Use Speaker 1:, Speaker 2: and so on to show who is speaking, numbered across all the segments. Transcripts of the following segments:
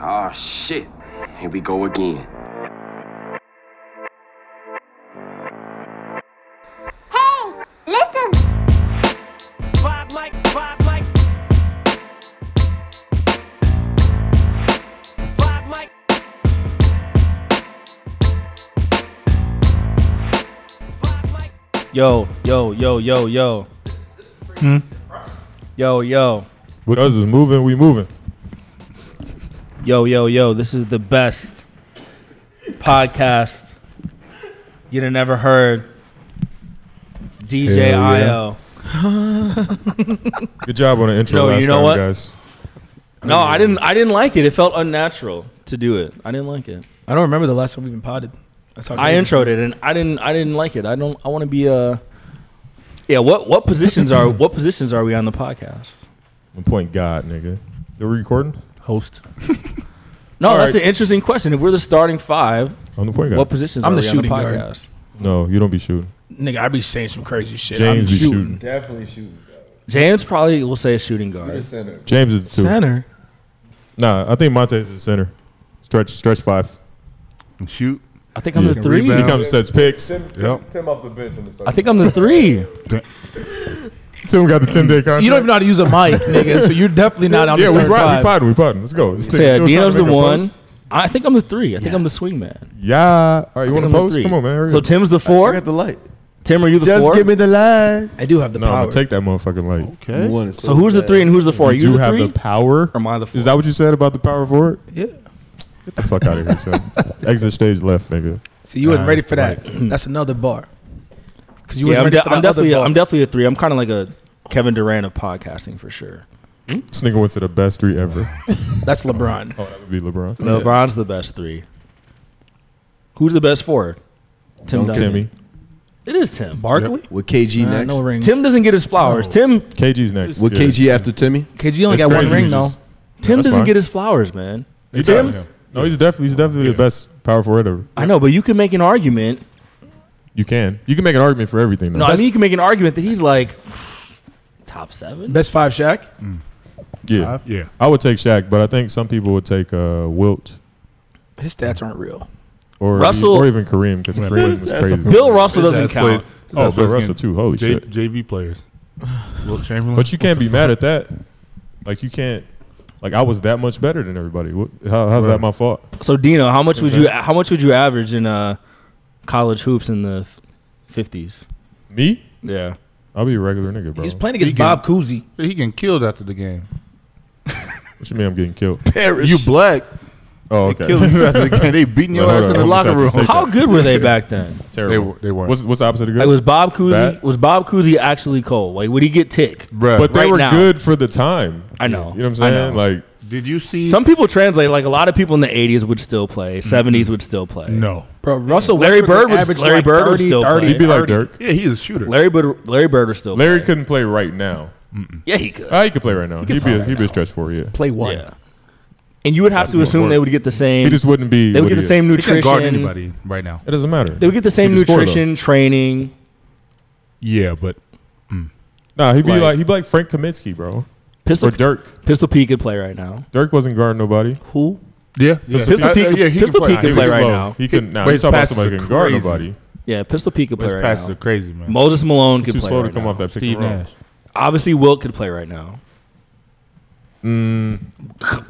Speaker 1: Oh, shit. Here we go again.
Speaker 2: Hey, listen.
Speaker 3: Vibe like, vibe like. Vibe like. Vibe like.
Speaker 4: Yo, yo, yo, yo, yo. Yo, yo,
Speaker 5: With us is moving, we moving.
Speaker 4: yo, yo, yo. This is the best podcast you'd have never heard. DJ
Speaker 5: Hell yeah.
Speaker 4: Io.
Speaker 5: Good job on the intro
Speaker 4: No, you
Speaker 5: last
Speaker 4: know
Speaker 5: time,
Speaker 4: what?
Speaker 5: guys.
Speaker 4: No, I didn't. I didn't like it. It felt unnatural to do it. I didn't like it.
Speaker 6: I don't remember the last time we've been potted. That's how
Speaker 4: I
Speaker 6: crazy.
Speaker 4: introed it, and I didn't. I didn't like it. I don't. I want to be uh Yeah. What What positions are What positions are we on the podcast?
Speaker 5: I'm point God, nigga. Are we recording?
Speaker 4: Host. No, that's an interesting question. If we're the starting five,
Speaker 5: I'm the point guard.
Speaker 4: what positions
Speaker 6: I'm
Speaker 4: are
Speaker 6: the
Speaker 4: we
Speaker 6: shooting
Speaker 4: on the
Speaker 6: guard.
Speaker 4: podcast?
Speaker 5: no, you don't be shooting.
Speaker 6: Nigga, I be saying some crazy shit.
Speaker 5: James
Speaker 6: I'm
Speaker 5: be shooting.
Speaker 6: shooting.
Speaker 7: Definitely shooting. though.
Speaker 4: James probably will say shooting guard.
Speaker 7: Just send it.
Speaker 5: James is the two.
Speaker 6: Center.
Speaker 5: Nah, I think Montez is the center. Stretch, stretch five.
Speaker 8: and shoot.
Speaker 4: I think I'm the three.
Speaker 5: He
Speaker 8: Rebound.
Speaker 5: comes, sets picks.
Speaker 7: Tim, Tim,
Speaker 8: Yep.
Speaker 7: Tim off the bench on the side.
Speaker 4: I think I'm the three.
Speaker 5: Tim got the 10 day contract.
Speaker 6: You don't even know how to use a mic, nigga. So you're definitely not on
Speaker 5: Yeah,
Speaker 6: the
Speaker 5: we
Speaker 6: third
Speaker 5: ride, we
Speaker 6: five.
Speaker 5: podding, we podding. Let's go. This nigga
Speaker 4: so yeah,
Speaker 5: still trying to
Speaker 4: Dino's the
Speaker 5: make a
Speaker 4: one.
Speaker 5: post.
Speaker 4: I think I'm the three. I think I'm the swing man.
Speaker 5: Yeah. All right, you want to
Speaker 4: I'm the
Speaker 5: post?
Speaker 4: three.
Speaker 5: Come on, man. Hurry
Speaker 4: So
Speaker 5: up.
Speaker 4: Tim's the
Speaker 7: I
Speaker 4: four.
Speaker 7: got the light.
Speaker 4: Tim, are you the
Speaker 7: Just
Speaker 4: four?
Speaker 7: give me the light.
Speaker 6: I do have the
Speaker 5: no, I'm
Speaker 6: power.
Speaker 5: gonna take that motherfucking light.
Speaker 8: Okay.
Speaker 7: You want it
Speaker 4: so who's the
Speaker 7: bad.
Speaker 4: three and who's the four? Are
Speaker 5: you
Speaker 4: you,
Speaker 5: do
Speaker 4: the
Speaker 5: have
Speaker 4: three?
Speaker 5: the power.
Speaker 4: or am I the four?
Speaker 5: Is that what you said about the power forward?
Speaker 6: yeah.
Speaker 5: Get the fuck out of here, Tim. Exit stage left, nigga.
Speaker 6: See, you wasn't
Speaker 5: Nah,
Speaker 6: ready
Speaker 5: it's
Speaker 6: for
Speaker 5: the
Speaker 6: that. That's another bar. Because you
Speaker 4: yeah, I'm,
Speaker 6: wasn't ready
Speaker 4: de-
Speaker 6: for
Speaker 4: I'm
Speaker 6: that other
Speaker 4: definitely. A,
Speaker 6: bar.
Speaker 4: I'm definitely a three. I'm kind of like a Kevin Durant of podcasting for sure.
Speaker 5: This nigga went to the best three ever.
Speaker 6: That's LeBron.
Speaker 5: Oh, that would be LeBron.
Speaker 4: LeBron's the best three. Who's the best four? Tim. Duncan.
Speaker 5: Timmy.
Speaker 4: It is Tim.
Speaker 6: Barkley?
Speaker 7: With KG
Speaker 6: Nah,
Speaker 7: next.
Speaker 6: no ring.
Speaker 4: Tim doesn't get his flowers. Tim.
Speaker 5: KG's next.
Speaker 7: With
Speaker 5: yeah.
Speaker 7: KG after Timmy.
Speaker 6: KG only
Speaker 5: It's
Speaker 6: got one
Speaker 5: crazy,
Speaker 6: ring,
Speaker 5: you
Speaker 6: though.
Speaker 5: just-
Speaker 4: Tim
Speaker 5: that's
Speaker 4: doesn't
Speaker 5: fine.
Speaker 4: get his flowers, man.
Speaker 5: You
Speaker 4: Tim.
Speaker 5: talking to him. No, he's definitely he's definitely the best power forward ever.
Speaker 4: I know, but you can make an argument
Speaker 5: You can. You can make an argument for everything. Though.
Speaker 4: No, I mean you can make an argument that he's like top seven.
Speaker 6: Best five Shaq?
Speaker 5: yeah.
Speaker 8: Yeah.
Speaker 5: I would take Shaq, but I think some people would take uh, Wilt
Speaker 6: His stats aren't real.
Speaker 5: or
Speaker 4: Russell-
Speaker 5: or even Kareem because Kareem was
Speaker 7: that's a-
Speaker 5: crazy.
Speaker 4: Bill Russell
Speaker 8: His
Speaker 4: doesn't
Speaker 8: ass played-
Speaker 4: count.
Speaker 8: his
Speaker 5: Oh,
Speaker 8: ass
Speaker 5: Bill
Speaker 8: played
Speaker 5: Russell
Speaker 8: against
Speaker 5: too. Holy
Speaker 8: J-
Speaker 5: shit!
Speaker 8: JV players. Will Chamberlain.
Speaker 5: But you can't be mad at that. Like you can't. Like I was that much better than everybody. What, how, how's that my fault?
Speaker 4: So Dino, how much would you how much would you average in uh, college hoops in the fifties?
Speaker 5: Me?
Speaker 4: Yeah.
Speaker 5: I'll be a regular nigga, bro.
Speaker 6: He was playing against
Speaker 8: He can-
Speaker 6: Bob Cousy.
Speaker 8: He getting killed after the game.
Speaker 5: what you mean I'm getting killed?
Speaker 8: You black.
Speaker 5: Oh,
Speaker 8: They
Speaker 5: okay.
Speaker 8: killing you after the game. They beating your
Speaker 5: Hold
Speaker 8: ass
Speaker 5: on,
Speaker 8: in the
Speaker 5: I'm
Speaker 8: locker
Speaker 5: just
Speaker 8: room.
Speaker 5: have to
Speaker 4: How good were they back then?
Speaker 5: Terrible.
Speaker 8: They were- they weren't.
Speaker 5: What's, what's the opposite of good?
Speaker 4: Like was Bob Cousy
Speaker 5: Bad.
Speaker 4: was Bob Cousy actually cold? Like would he get tick?
Speaker 8: Bruh.
Speaker 5: but they
Speaker 4: right
Speaker 5: were
Speaker 4: now.
Speaker 5: good for the time.
Speaker 4: I know.
Speaker 5: You know what
Speaker 4: I
Speaker 5: I'm
Speaker 4: know.
Speaker 5: saying? Like
Speaker 8: Did you see?
Speaker 4: Some people translate like a lot of people in the eighties would still
Speaker 5: Mm-hmm.
Speaker 4: play, 70s would still play.
Speaker 8: no.
Speaker 6: Bro, Russell
Speaker 4: Larry
Speaker 6: Westbrook
Speaker 4: Bird was-
Speaker 6: averaged
Speaker 4: Larry
Speaker 6: like
Speaker 4: Bird was
Speaker 6: 30,
Speaker 4: still
Speaker 6: 30,
Speaker 4: playing.
Speaker 5: he'd be like
Speaker 6: 30.
Speaker 5: Dirk.
Speaker 8: Yeah, he's a shooter.
Speaker 4: Larry Bird Larry Bird was still
Speaker 5: Larry
Speaker 4: playing.
Speaker 5: couldn't play right now.
Speaker 4: Yeah, he could.
Speaker 5: Ah, he could play right now. He would be a, he'd be a stretch four. Yeah,
Speaker 6: Play one.
Speaker 4: Yeah. And you would have to assume they would get the same
Speaker 5: he just wouldn't be.
Speaker 4: they would
Speaker 5: what
Speaker 4: get the
Speaker 5: he is.
Speaker 4: same
Speaker 8: He can't guard
Speaker 4: nutrition.
Speaker 8: anybody right now.
Speaker 5: It doesn't matter.
Speaker 4: They would get the same
Speaker 5: He can score, though.
Speaker 4: nutrition, training.
Speaker 8: Yeah, but
Speaker 5: nah, he'd be
Speaker 4: like-
Speaker 5: like, he'd be like Frank Kaminsky, bro,
Speaker 4: Pistol
Speaker 5: or Dirk.
Speaker 4: Pistol P could play right now.
Speaker 5: Dirk wasn't guarding nobody.
Speaker 6: Who?
Speaker 8: yeah,
Speaker 5: Pistol
Speaker 8: I- I-
Speaker 4: Pete could-
Speaker 8: yeah, he
Speaker 4: Pistol Pete
Speaker 5: He
Speaker 4: could
Speaker 5: was
Speaker 4: play right
Speaker 5: slow.
Speaker 4: now.
Speaker 5: He couldn't. Nah,
Speaker 8: But
Speaker 5: he's
Speaker 8: his
Speaker 5: talking about
Speaker 8: passes
Speaker 5: somebody who
Speaker 8: are
Speaker 5: can guard
Speaker 8: crazy.
Speaker 5: nobody.
Speaker 4: Yeah, Pistol P could play
Speaker 8: His
Speaker 4: right
Speaker 8: passes
Speaker 4: now.
Speaker 8: are crazy, man.
Speaker 4: Moses Malone could
Speaker 5: Too
Speaker 4: play
Speaker 5: slow
Speaker 4: right
Speaker 5: to come
Speaker 4: now.
Speaker 5: off that pick
Speaker 8: Steve
Speaker 5: and roll.
Speaker 8: Nash.
Speaker 4: Obviously, Wilt could play right now.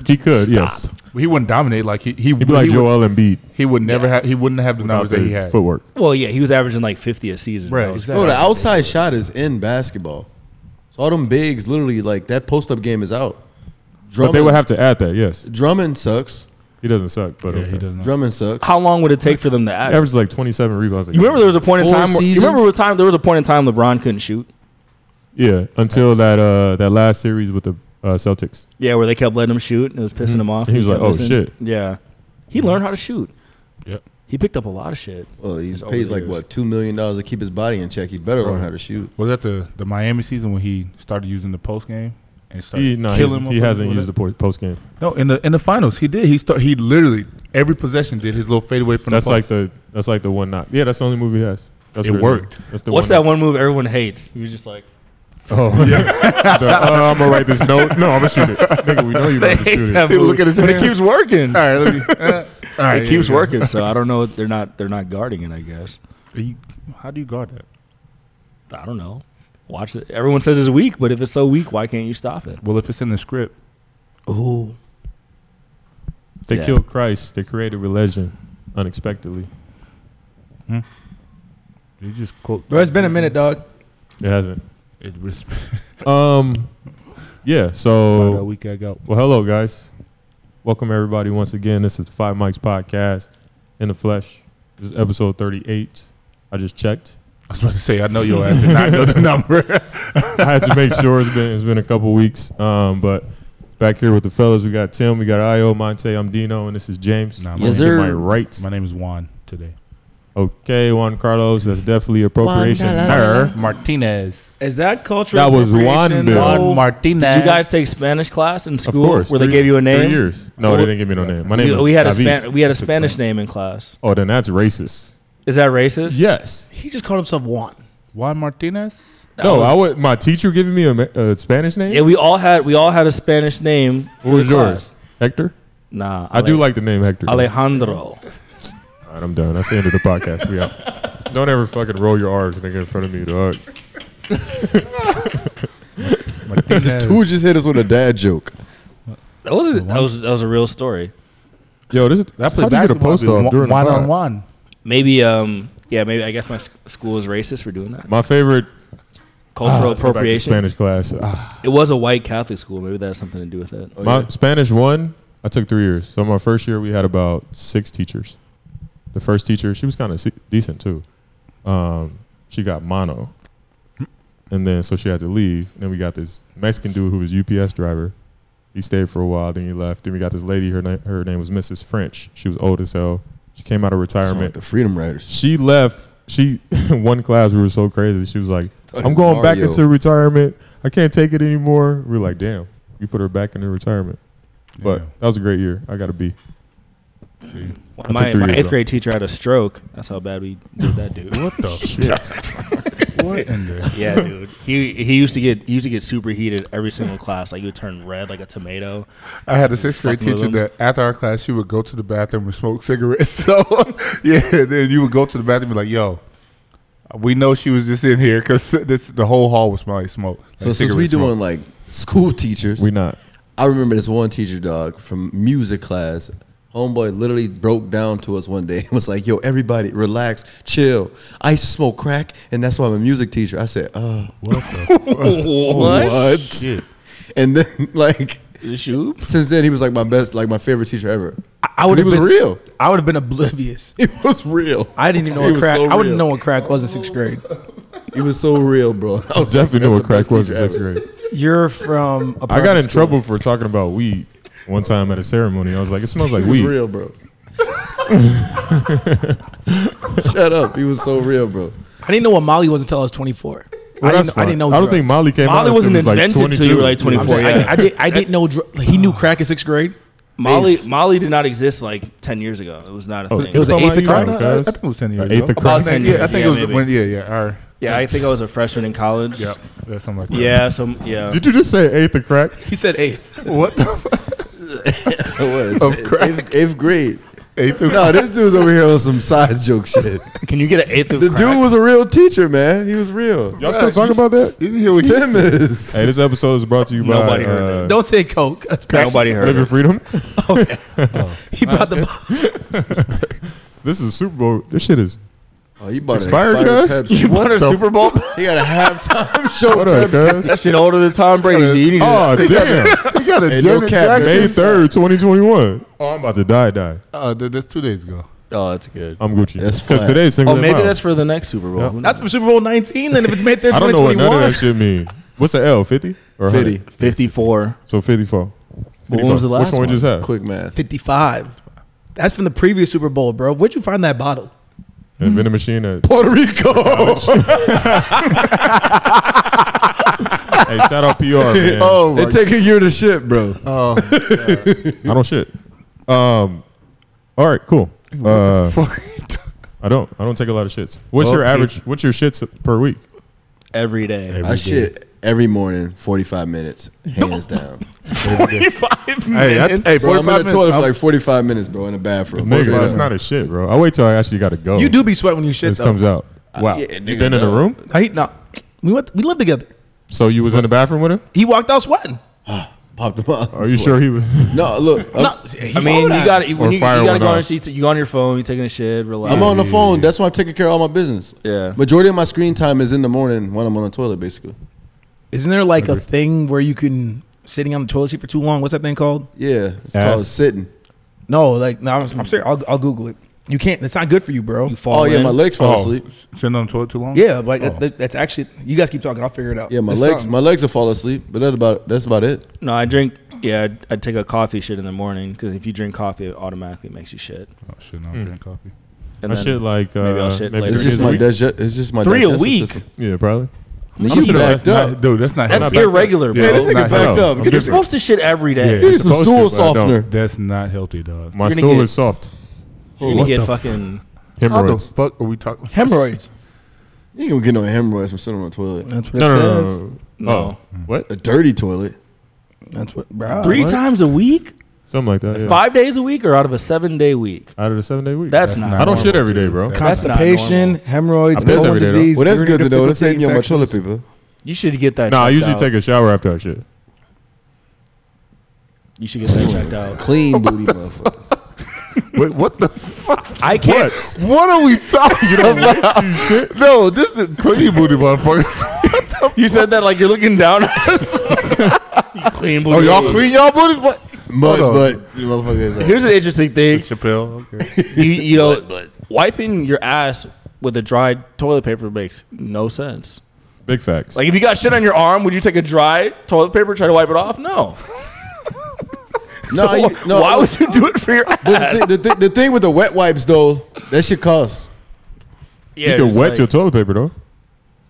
Speaker 5: He could, yes.
Speaker 8: He wouldn't dominate like he he,
Speaker 5: He'd be like
Speaker 8: he, would,
Speaker 5: Joel Embiid
Speaker 8: he would never have he wouldn't have the numbers
Speaker 5: without
Speaker 8: that he had.
Speaker 5: the footwork.
Speaker 4: Well, yeah, he was averaging like 50 a season.
Speaker 8: Right,
Speaker 4: That was-
Speaker 7: Bro, the outside shot is in basketball. So all them bigs, literally, like that post up game is out.
Speaker 5: But
Speaker 7: Drummond,
Speaker 5: they would have to add that. Yes,
Speaker 7: Drummond sucks.
Speaker 5: he doesn't suck, but
Speaker 8: Yeah,
Speaker 5: okay.
Speaker 8: he doesn't.
Speaker 7: Drummond sucks.
Speaker 4: How long would it take for them to average?
Speaker 5: Averages like 27 rebounds. a
Speaker 4: You remember there was a point in
Speaker 7: Four
Speaker 4: time. Where, you
Speaker 7: seasons?
Speaker 4: remember there was a time there was a point in time LeBron couldn't shoot.
Speaker 5: Yeah, until that uh that last series with the uh, Celtics.
Speaker 4: Yeah, where they kept letting him shoot and it was pissing him off.
Speaker 5: He was like,
Speaker 4: kept
Speaker 5: "Oh,
Speaker 4: missing."
Speaker 5: shit." Mm-hmm.
Speaker 4: Yeah, he learned how to shoot.
Speaker 8: Yep.
Speaker 4: He picked up a lot of shit.
Speaker 7: Well, Oh, he
Speaker 4: It's
Speaker 7: pays
Speaker 4: over
Speaker 7: like
Speaker 4: years.
Speaker 7: what two million dollars to keep his body in check. He better learn how to shoot.
Speaker 8: Was that the, the Miami season when he started using the post game and started
Speaker 5: He, no,
Speaker 8: killing?
Speaker 5: he, he
Speaker 8: motherfuckers
Speaker 5: hasn't
Speaker 8: with
Speaker 5: used
Speaker 8: it?
Speaker 5: the po- post game.
Speaker 8: No, in the in the finals he did. He start he literally every possession did his little fadeaway from
Speaker 5: That's
Speaker 8: the
Speaker 5: like the
Speaker 8: post.
Speaker 5: that's like the one knock. Yeah, that's the only movie he has. That's
Speaker 8: It
Speaker 5: really-
Speaker 8: worked.
Speaker 5: That's the
Speaker 4: What's
Speaker 5: one
Speaker 4: that one move everyone hates? He was just like,
Speaker 5: Oh, yeah. The, uh, I'm gonna write this note. No, I'm gonna shoot it. Nigga, we know you're about to shoot it.
Speaker 4: They look at his It keeps working.
Speaker 8: All right, let me. uh, all right,
Speaker 4: It keeps working. So I don't know. They're not. They're not guarding it. I guess.
Speaker 8: how do you guard that?
Speaker 4: I don't know. Watch it. Everyone says it's weak, but if it's so weak, why can't you stop it?
Speaker 8: Well, if it's in the script,
Speaker 6: Ooh.
Speaker 5: They
Speaker 4: Yeah.
Speaker 5: killed Christ. They created religion unexpectedly.
Speaker 8: you just quote.
Speaker 6: Bro, it's been a minute, dog.
Speaker 5: It hasn't.
Speaker 8: It was
Speaker 5: Um, yeah.
Speaker 8: that
Speaker 5: So,
Speaker 8: week I got.
Speaker 5: well, hello guys. Welcome everybody once again. This is the Five Mics Podcast in the flesh. This is episode 38. I just checked.
Speaker 8: I was about to say, I know your ass did not know the number.
Speaker 5: I had to make sure it's been it's been a couple weeks. Um, but back here with the fellas, we got Tim, we got Io, Monte, I'm Dino, and this is James.
Speaker 8: Nah,
Speaker 5: Nah,
Speaker 8: my
Speaker 5: yes,
Speaker 7: Yes,
Speaker 5: to
Speaker 7: sir.
Speaker 5: my right.
Speaker 8: My name is Juan today.
Speaker 5: Okay, Juan Carlos, that's definitely appropriation. there.
Speaker 8: Martinez.
Speaker 6: Is that cultural?
Speaker 5: That was one
Speaker 6: appropriation?
Speaker 5: bill.
Speaker 6: No.
Speaker 8: Juan Martinez.
Speaker 4: Did you guys take Spanish class in
Speaker 5: Of
Speaker 4: school?
Speaker 5: course.
Speaker 4: where they
Speaker 5: three-
Speaker 4: gave you a name.
Speaker 5: Three years. No, they didn't give me no name. My name
Speaker 4: we,
Speaker 5: is
Speaker 4: we had a
Speaker 5: David.
Speaker 4: Span- we had a Spanish name in class.
Speaker 5: Oh, then that's racist.
Speaker 4: Is that racist?
Speaker 5: Yes.
Speaker 6: He just called himself Juan.
Speaker 8: Juan Martinez?
Speaker 5: no, I would. My teacher giving me a, ma- a Spanish name.
Speaker 4: Yeah, we all had we all had a Spanish name.
Speaker 5: what
Speaker 4: for
Speaker 5: was
Speaker 4: the
Speaker 5: yours?
Speaker 4: class.
Speaker 5: Hector.
Speaker 4: Nah,
Speaker 5: I do like the name Hector. though.
Speaker 4: Alejandro.
Speaker 5: All right, I'm done. That's the end of the podcast. We out. Don't ever fucking roll your R's, nigga, in front of me, dog.
Speaker 8: Martinez.
Speaker 7: Who just hit us with a dad joke?
Speaker 4: That was that was that was a real story.
Speaker 5: Yo, this is.
Speaker 8: I
Speaker 5: how
Speaker 8: played
Speaker 5: do you get a
Speaker 8: basketball
Speaker 5: post up during
Speaker 8: one,
Speaker 5: the
Speaker 8: one on
Speaker 5: pod?
Speaker 8: one.
Speaker 4: Maybe um yeah maybe I guess my sc- school is racist for doing that.
Speaker 5: My favorite
Speaker 4: Cultural
Speaker 5: Let's go back to
Speaker 4: appropriation.
Speaker 5: Spanish class. Ah,
Speaker 4: It was a white Catholic school. Maybe that has something to do with it.
Speaker 7: Oh,
Speaker 5: my
Speaker 7: yeah.
Speaker 5: Spanish one, I took three years. So my first year, we had about six teachers. The first teacher, she was kind of decent too. Um, she got mono, and then so she had to leave. Then we got this Mexican dude who was UPS driver. He stayed for a while, then he left. Then we got this lady. Her name, her name was Mrs. French. She was old as hell. She came out of
Speaker 7: Sound like
Speaker 5: retirement.
Speaker 7: the Freedom Riders.
Speaker 5: she left. She one class we were so crazy. She was like,
Speaker 7: Thought it
Speaker 5: "I'm
Speaker 7: was
Speaker 5: going back
Speaker 7: Mario.
Speaker 5: into retirement. I can't take it anymore." We were like, "Damn, we put her back into retirement." But
Speaker 8: Yeah.
Speaker 5: that was a great year. I got to be. took
Speaker 4: My,
Speaker 5: three
Speaker 4: my
Speaker 5: years,
Speaker 4: eighth
Speaker 5: though.
Speaker 4: grade teacher had a stroke. That's how bad we did that dude.
Speaker 8: What the shit? what in the?
Speaker 4: yeah, dude. He he used to get he used to get super heated every single class. Like he would turn red like a tomato.
Speaker 8: I had a sixth grade
Speaker 4: Fucking with
Speaker 8: teacher
Speaker 4: them.
Speaker 8: that after our class she would go to the bathroom and smoke cigarettes. So yeah, then you would go to the bathroom and be like, "Yo, we know she was just in here because this the whole hall was smelling like smoke." Like
Speaker 7: So since we
Speaker 8: cigarette smoke.
Speaker 7: doing like school teachers,
Speaker 5: We not.
Speaker 7: I remember this one teacher dog from music class. Homeboy literally broke down to us one day and was like, "Yo, everybody, relax, chill. I used to smoke crack, and that's why I'm a music teacher." I said, "Uh,
Speaker 4: What?
Speaker 7: what?" And then like
Speaker 4: Shoot.
Speaker 7: since then, he was like my best, like my favorite teacher ever.
Speaker 6: I would
Speaker 7: he
Speaker 6: have
Speaker 7: was
Speaker 6: been
Speaker 7: real.
Speaker 6: I would have been oblivious.
Speaker 7: He was real.
Speaker 6: I didn't even know
Speaker 7: He
Speaker 6: what
Speaker 7: was
Speaker 6: crack.
Speaker 7: so
Speaker 6: I wouldn't
Speaker 7: real.
Speaker 6: know what crack was in sixth grade.
Speaker 7: He was so real, bro. I was
Speaker 5: Definitely know what
Speaker 7: "That's the
Speaker 5: crack
Speaker 7: best
Speaker 5: was in
Speaker 7: teacher
Speaker 5: sixth
Speaker 7: ever."
Speaker 5: grade.
Speaker 6: You're from. A
Speaker 5: I got in
Speaker 6: private school.
Speaker 5: trouble for talking about weed one time at a ceremony. I was like, "It smells like
Speaker 7: He was
Speaker 5: weed."
Speaker 7: real, bro. Shut up. He was so real, bro.
Speaker 6: I didn't know what Molly was until I was 24. I
Speaker 5: Well, that's
Speaker 6: didn't, know, I
Speaker 5: fine.
Speaker 6: didn't know.
Speaker 5: I don't
Speaker 6: drugs.
Speaker 5: think Molly came out.
Speaker 4: Molly
Speaker 5: until
Speaker 4: wasn't
Speaker 5: it was, like,
Speaker 4: invented till you were like
Speaker 5: 22.
Speaker 6: I'm
Speaker 4: 24.
Speaker 6: saying,
Speaker 4: Yeah.
Speaker 6: I, I, did, I didn't know. Dr- like, he knew crack in sixth grade.
Speaker 4: Molly Molly did not exist like ten years ago. It was not a thing.
Speaker 6: it was an
Speaker 5: Come on,
Speaker 6: eighth of
Speaker 5: you
Speaker 6: crack?
Speaker 5: know,
Speaker 8: I, I
Speaker 5: cuz.
Speaker 8: think it was ten years.
Speaker 5: An eighth
Speaker 8: ago.
Speaker 5: of crack.
Speaker 4: About 10
Speaker 8: Yeah, I
Speaker 4: years,
Speaker 8: think
Speaker 4: yeah,
Speaker 8: it was
Speaker 4: maybe.
Speaker 8: when. Yeah, yeah. Our,
Speaker 4: yeah, I think I was a freshman in college.
Speaker 8: yeah, yeah, something like that.
Speaker 4: Yeah, so yeah.
Speaker 5: Did you just say eighth of crack?
Speaker 6: He said eighth.
Speaker 8: What the f-
Speaker 7: It was.
Speaker 8: Of crack.
Speaker 7: Eighth, eighth grade.
Speaker 8: eighth of
Speaker 7: No, this dude's over here on some size joke shit.
Speaker 4: Can you get an eighth of
Speaker 7: The
Speaker 4: crack?
Speaker 7: dude was a real teacher, man. He was real.
Speaker 5: Y'all still talking about that?
Speaker 8: You didn't hear what he
Speaker 7: Tim is.
Speaker 5: Hey, this episode is brought to you by
Speaker 4: Nobody heard
Speaker 5: uh,
Speaker 6: Don't say coke. That's crack.
Speaker 4: Nobody heard.
Speaker 5: Living
Speaker 4: it.
Speaker 5: Freedom.
Speaker 6: He brought the.
Speaker 5: This is a Super Bowl. This shit is
Speaker 7: Oh, you bought
Speaker 5: Expired,
Speaker 7: expired,
Speaker 5: cuz?
Speaker 7: expired Pepsi.
Speaker 4: You won a Super Bowl.
Speaker 7: He got a halftime show.
Speaker 5: What up, cuz?
Speaker 4: that shit older than Tom Brady's. You need to
Speaker 5: Oh, damn.
Speaker 8: You got a
Speaker 7: Hey, no
Speaker 8: Janet
Speaker 7: cap,
Speaker 8: Jackson.
Speaker 5: May 3rd, 2021. Oh, I'm about to die, die.
Speaker 8: Uh, th- that's two days ago.
Speaker 4: Oh, that's good.
Speaker 5: I'm Gucci.
Speaker 7: That's
Speaker 5: Because
Speaker 7: flat.
Speaker 5: today's single
Speaker 4: Oh, maybe that's for the next Super Bowl. Who knows?
Speaker 6: That's from Super Bowl 19. Then if it's May 3rd,
Speaker 5: I don't know what none of that
Speaker 6: 2021.
Speaker 5: shit mean. What's the L? 50? Or 100?
Speaker 7: 50.
Speaker 4: 54.
Speaker 5: So 54.
Speaker 4: What was the
Speaker 5: 54.
Speaker 4: last
Speaker 5: Which one, we
Speaker 4: one?
Speaker 5: just had?
Speaker 7: Quick math.
Speaker 6: 55. That's from the previous Super Bowl, bro. Where'd you find that bottle?
Speaker 5: And vending machine at.
Speaker 7: Puerto Rico.
Speaker 5: hey, shout out PR, man.
Speaker 8: Oh,
Speaker 7: It take a year to ship, bro.
Speaker 5: I don't shit. Um, all right, cool. Uh, I don't. I don't take a lot of shits. What's your
Speaker 8: Okay.
Speaker 5: average? What's your shits per week?
Speaker 4: Every day.
Speaker 7: I shit every morning, 45 minutes, hands down.
Speaker 4: Forty-five
Speaker 8: Hey, I,
Speaker 4: minutes.
Speaker 8: hey,
Speaker 7: Bro, I'm
Speaker 8: 45
Speaker 7: in the toilet
Speaker 8: minutes.
Speaker 7: for like 45 minutes, bro, in the bathroom.
Speaker 5: Nigga,
Speaker 7: Straight
Speaker 5: that's
Speaker 7: up.
Speaker 5: not a shit, bro. I wait till I actually got to go.
Speaker 6: You do be sweating when you shit
Speaker 5: Oh. This
Speaker 6: though.
Speaker 5: comes out. Wow.
Speaker 7: yeah,
Speaker 5: you
Speaker 7: nigga,
Speaker 5: been in the
Speaker 7: no.
Speaker 5: room?
Speaker 6: I hate not. We went. We lived together.
Speaker 5: So you was in the bathroom with her?
Speaker 6: He walked out sweating.
Speaker 7: Popped them out.
Speaker 5: Are you sure he was?
Speaker 7: No, look. I'm,
Speaker 6: No, he-
Speaker 4: I mean, you
Speaker 7: would I?
Speaker 4: got to you
Speaker 5: Or
Speaker 4: got
Speaker 5: fire
Speaker 4: to
Speaker 5: went
Speaker 4: go on.
Speaker 5: off.
Speaker 4: your seat, You on your phone. You taking a shit. Relax.
Speaker 7: I'm on the phone. That's why I'm taking care of all my business.
Speaker 4: Yeah.
Speaker 7: Majority of my screen time is in the morning when I'm on the toilet, basically.
Speaker 6: Isn't there like a thing where you can sitting on the toilet seat for too long? What's that thing called?
Speaker 7: Yeah. It's
Speaker 5: Ass.
Speaker 7: called sitting.
Speaker 6: No, like no, I'm, I'm serious. I'll, I'll Google it. You can't. It's not good for you, bro.
Speaker 4: You fall
Speaker 7: Oh, yeah,
Speaker 4: in.
Speaker 7: my legs fall asleep.
Speaker 8: s- sitting on the toilet too long?
Speaker 6: yeah, like
Speaker 8: Oh.
Speaker 6: that, that- that's actually. You guys keep talking. I'll figure it out.
Speaker 7: Yeah, my
Speaker 6: It's
Speaker 7: legs
Speaker 6: something.
Speaker 7: my legs will fall asleep, but that's about that's about it.
Speaker 4: No, I drink. Yeah, I'd, I'd take a coffee shit in the morning because if you drink coffee, it automatically makes you shit.
Speaker 8: Oh, shit,
Speaker 4: Hmm.
Speaker 8: no, drink coffee.
Speaker 4: And
Speaker 5: I shit like uh,
Speaker 4: maybe I'll shit later.
Speaker 7: It's
Speaker 4: Three
Speaker 5: three
Speaker 7: just
Speaker 5: a
Speaker 7: my
Speaker 5: week.
Speaker 7: digest it's just my
Speaker 4: Three a
Speaker 7: digestive
Speaker 4: week?
Speaker 7: system.
Speaker 5: Yeah, probably.
Speaker 7: Man,
Speaker 5: I'm
Speaker 7: you
Speaker 5: sure
Speaker 7: backed
Speaker 5: that's not-
Speaker 7: up.
Speaker 8: Dude, that's not
Speaker 4: That's
Speaker 8: healthy.
Speaker 4: irregular,
Speaker 8: Yeah,
Speaker 4: bro.
Speaker 8: that's
Speaker 7: this nigga
Speaker 8: not
Speaker 7: backed
Speaker 8: healthy.
Speaker 7: up.
Speaker 8: I'm
Speaker 4: You're
Speaker 7: Get his
Speaker 8: different.
Speaker 4: supposed to shit every day.
Speaker 8: Yeah.
Speaker 7: Here's some
Speaker 5: supposed to,
Speaker 7: stool
Speaker 5: but I don't.
Speaker 7: softener.
Speaker 8: That's not healthy, dog.
Speaker 5: My
Speaker 4: You're gonna
Speaker 5: stool
Speaker 4: get-
Speaker 5: is soft.
Speaker 4: You're gonna
Speaker 5: What
Speaker 4: get
Speaker 5: the
Speaker 4: fucking.
Speaker 8: How the
Speaker 5: Hemorrhoids.
Speaker 8: fuck are we talking?
Speaker 6: hemorrhoids.
Speaker 7: You ain't gonna get no hemorrhoids from sitting on a toilet.
Speaker 6: That's what
Speaker 5: No,
Speaker 6: it
Speaker 5: no, no,
Speaker 6: says.
Speaker 5: no, no.
Speaker 4: No.
Speaker 5: Oh, what?
Speaker 7: A dirty toilet.
Speaker 6: That's what, bro.
Speaker 4: Three times a week,
Speaker 5: Something like that. yeah.
Speaker 4: five days a week, or out of a seven day week.
Speaker 5: out of the seven day week.
Speaker 4: That's, not.
Speaker 5: I don't shit
Speaker 4: normal.
Speaker 5: every day, bro.
Speaker 8: That's-
Speaker 4: That's not
Speaker 6: Constipation,
Speaker 4: normal.
Speaker 6: hemorrhoids,
Speaker 5: I piss
Speaker 6: colon
Speaker 5: every day, though.
Speaker 6: disease.
Speaker 7: Well, that's good to know. This ain't
Speaker 6: me
Speaker 7: me on my toilet paper.
Speaker 4: You should get that.
Speaker 5: No, I
Speaker 4: checked
Speaker 5: usually
Speaker 4: out.
Speaker 5: take a shower after I shit.
Speaker 4: You should get that checked out.
Speaker 7: Clean booty, motherfuckers.
Speaker 8: Wait, what the
Speaker 4: I can't.
Speaker 8: What are we talking about? No, this is clean booty motherfuckers.
Speaker 4: You said that like you're looking down. at us. You clean
Speaker 8: Oh,
Speaker 4: blue.
Speaker 8: y'all clean y'all booties? What?
Speaker 7: Mud
Speaker 8: Hold on.
Speaker 7: butt, you motherfuckers. Like,
Speaker 4: Here's an interesting thing.
Speaker 8: Chappelle.
Speaker 4: You, you know, wiping your ass with a dry toilet paper makes no sense.
Speaker 5: Big facts.
Speaker 4: Like if you got shit on your arm, would you take a dry toilet paper try to wipe it off? No.
Speaker 7: no,
Speaker 4: So
Speaker 7: you- no,
Speaker 4: why would you do it for your
Speaker 7: But
Speaker 4: ass?
Speaker 7: the, thi- the, thi- the thing with the wet wipes though, that shit costs.
Speaker 4: yeah,
Speaker 5: you can
Speaker 4: it's
Speaker 5: wet
Speaker 4: like-
Speaker 5: your toilet paper though.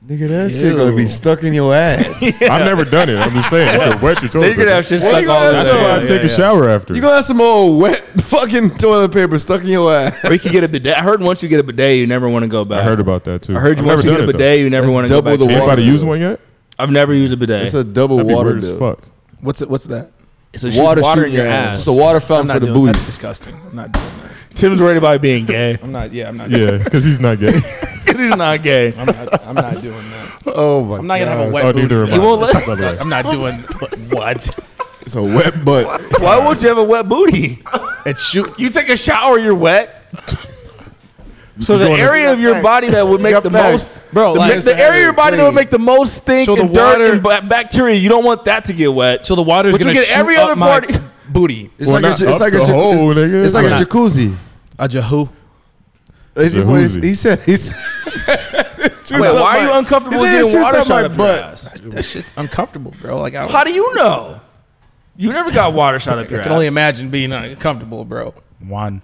Speaker 7: Nigga, that shit gonna be stuck in your ass.
Speaker 5: I've never done it. I'm just saying, you can wet your toilet
Speaker 4: Then you're
Speaker 5: paper.
Speaker 4: gonna have shit
Speaker 7: Well,
Speaker 4: stuck
Speaker 7: you gonna
Speaker 4: all
Speaker 7: have
Speaker 5: That's
Speaker 4: over.
Speaker 7: some-
Speaker 5: why I
Speaker 4: Yeah,
Speaker 5: take
Speaker 4: yeah,
Speaker 5: a shower after.
Speaker 7: You gonna have some old wet fucking toilet paper stuck in your ass.
Speaker 4: Or you could get a bidet. I heard once you get a bidet, you never want to go back.
Speaker 5: I heard about that too.
Speaker 4: I heard you
Speaker 5: I've
Speaker 4: once you
Speaker 5: never
Speaker 4: get a
Speaker 5: done it,
Speaker 4: bidet, you never
Speaker 7: That's
Speaker 4: want to go
Speaker 7: double
Speaker 4: back. To
Speaker 7: the
Speaker 5: though.
Speaker 4: it.
Speaker 7: water.
Speaker 5: Anybody use one yet?
Speaker 4: I've never used a bidet.
Speaker 7: It's a double
Speaker 5: That'd be
Speaker 7: water
Speaker 5: weird as
Speaker 7: bill.
Speaker 5: fuck.
Speaker 6: What's it? What's that?
Speaker 4: It's a water, water in
Speaker 7: shooting
Speaker 4: your ass.
Speaker 7: It's a water fountain for the
Speaker 6: doing.
Speaker 7: booty.
Speaker 6: That's disgusting. I'm not doing that.
Speaker 4: Tim's worried about being gay.
Speaker 6: I'm not. Yeah, I'm not.
Speaker 5: Yeah, because he's not gay.
Speaker 4: He's not gay.
Speaker 6: I'm not. I'm not doing that.
Speaker 8: Oh my
Speaker 6: I'm not gonna have a wet.
Speaker 5: oh,
Speaker 6: booty.
Speaker 5: neither am I.
Speaker 4: You won't let-
Speaker 5: By the way.
Speaker 6: I'm not doing what?
Speaker 7: It's a wet butt.
Speaker 4: Why won't you have a wet booty? And shoot, you take a shower, you're wet. So the
Speaker 5: going to-
Speaker 4: area of your body that would make the most,
Speaker 6: Bro,
Speaker 4: the,
Speaker 6: like-
Speaker 4: the area of your body that would make the most stink
Speaker 6: So the
Speaker 4: and dirt
Speaker 6: water-
Speaker 4: and ba- bacteria, you don't want that to get wet.
Speaker 6: So the water's
Speaker 4: But you
Speaker 6: gonna
Speaker 4: get
Speaker 6: shoot
Speaker 4: every
Speaker 6: up
Speaker 4: other
Speaker 6: my
Speaker 4: party-
Speaker 6: booty.
Speaker 7: It's
Speaker 5: Well,
Speaker 7: like a,
Speaker 5: not
Speaker 7: ju- it's
Speaker 5: up
Speaker 7: like a
Speaker 5: the
Speaker 7: ju-
Speaker 5: hole,
Speaker 7: it's,
Speaker 5: nigga.
Speaker 7: it's like a
Speaker 5: Not-
Speaker 7: jacuzzi.
Speaker 6: A Jehu.
Speaker 7: It's your boy-
Speaker 5: Jacuzzi.
Speaker 7: He said he said.
Speaker 4: Wait, why are you uncomfortable with getting water shot up your ass?
Speaker 6: That shit's uncomfortable, bro. Like I,
Speaker 4: How do you know? You never got water shot up your
Speaker 6: can only
Speaker 4: ass.
Speaker 6: imagine being uncomfortable, bro.
Speaker 8: One.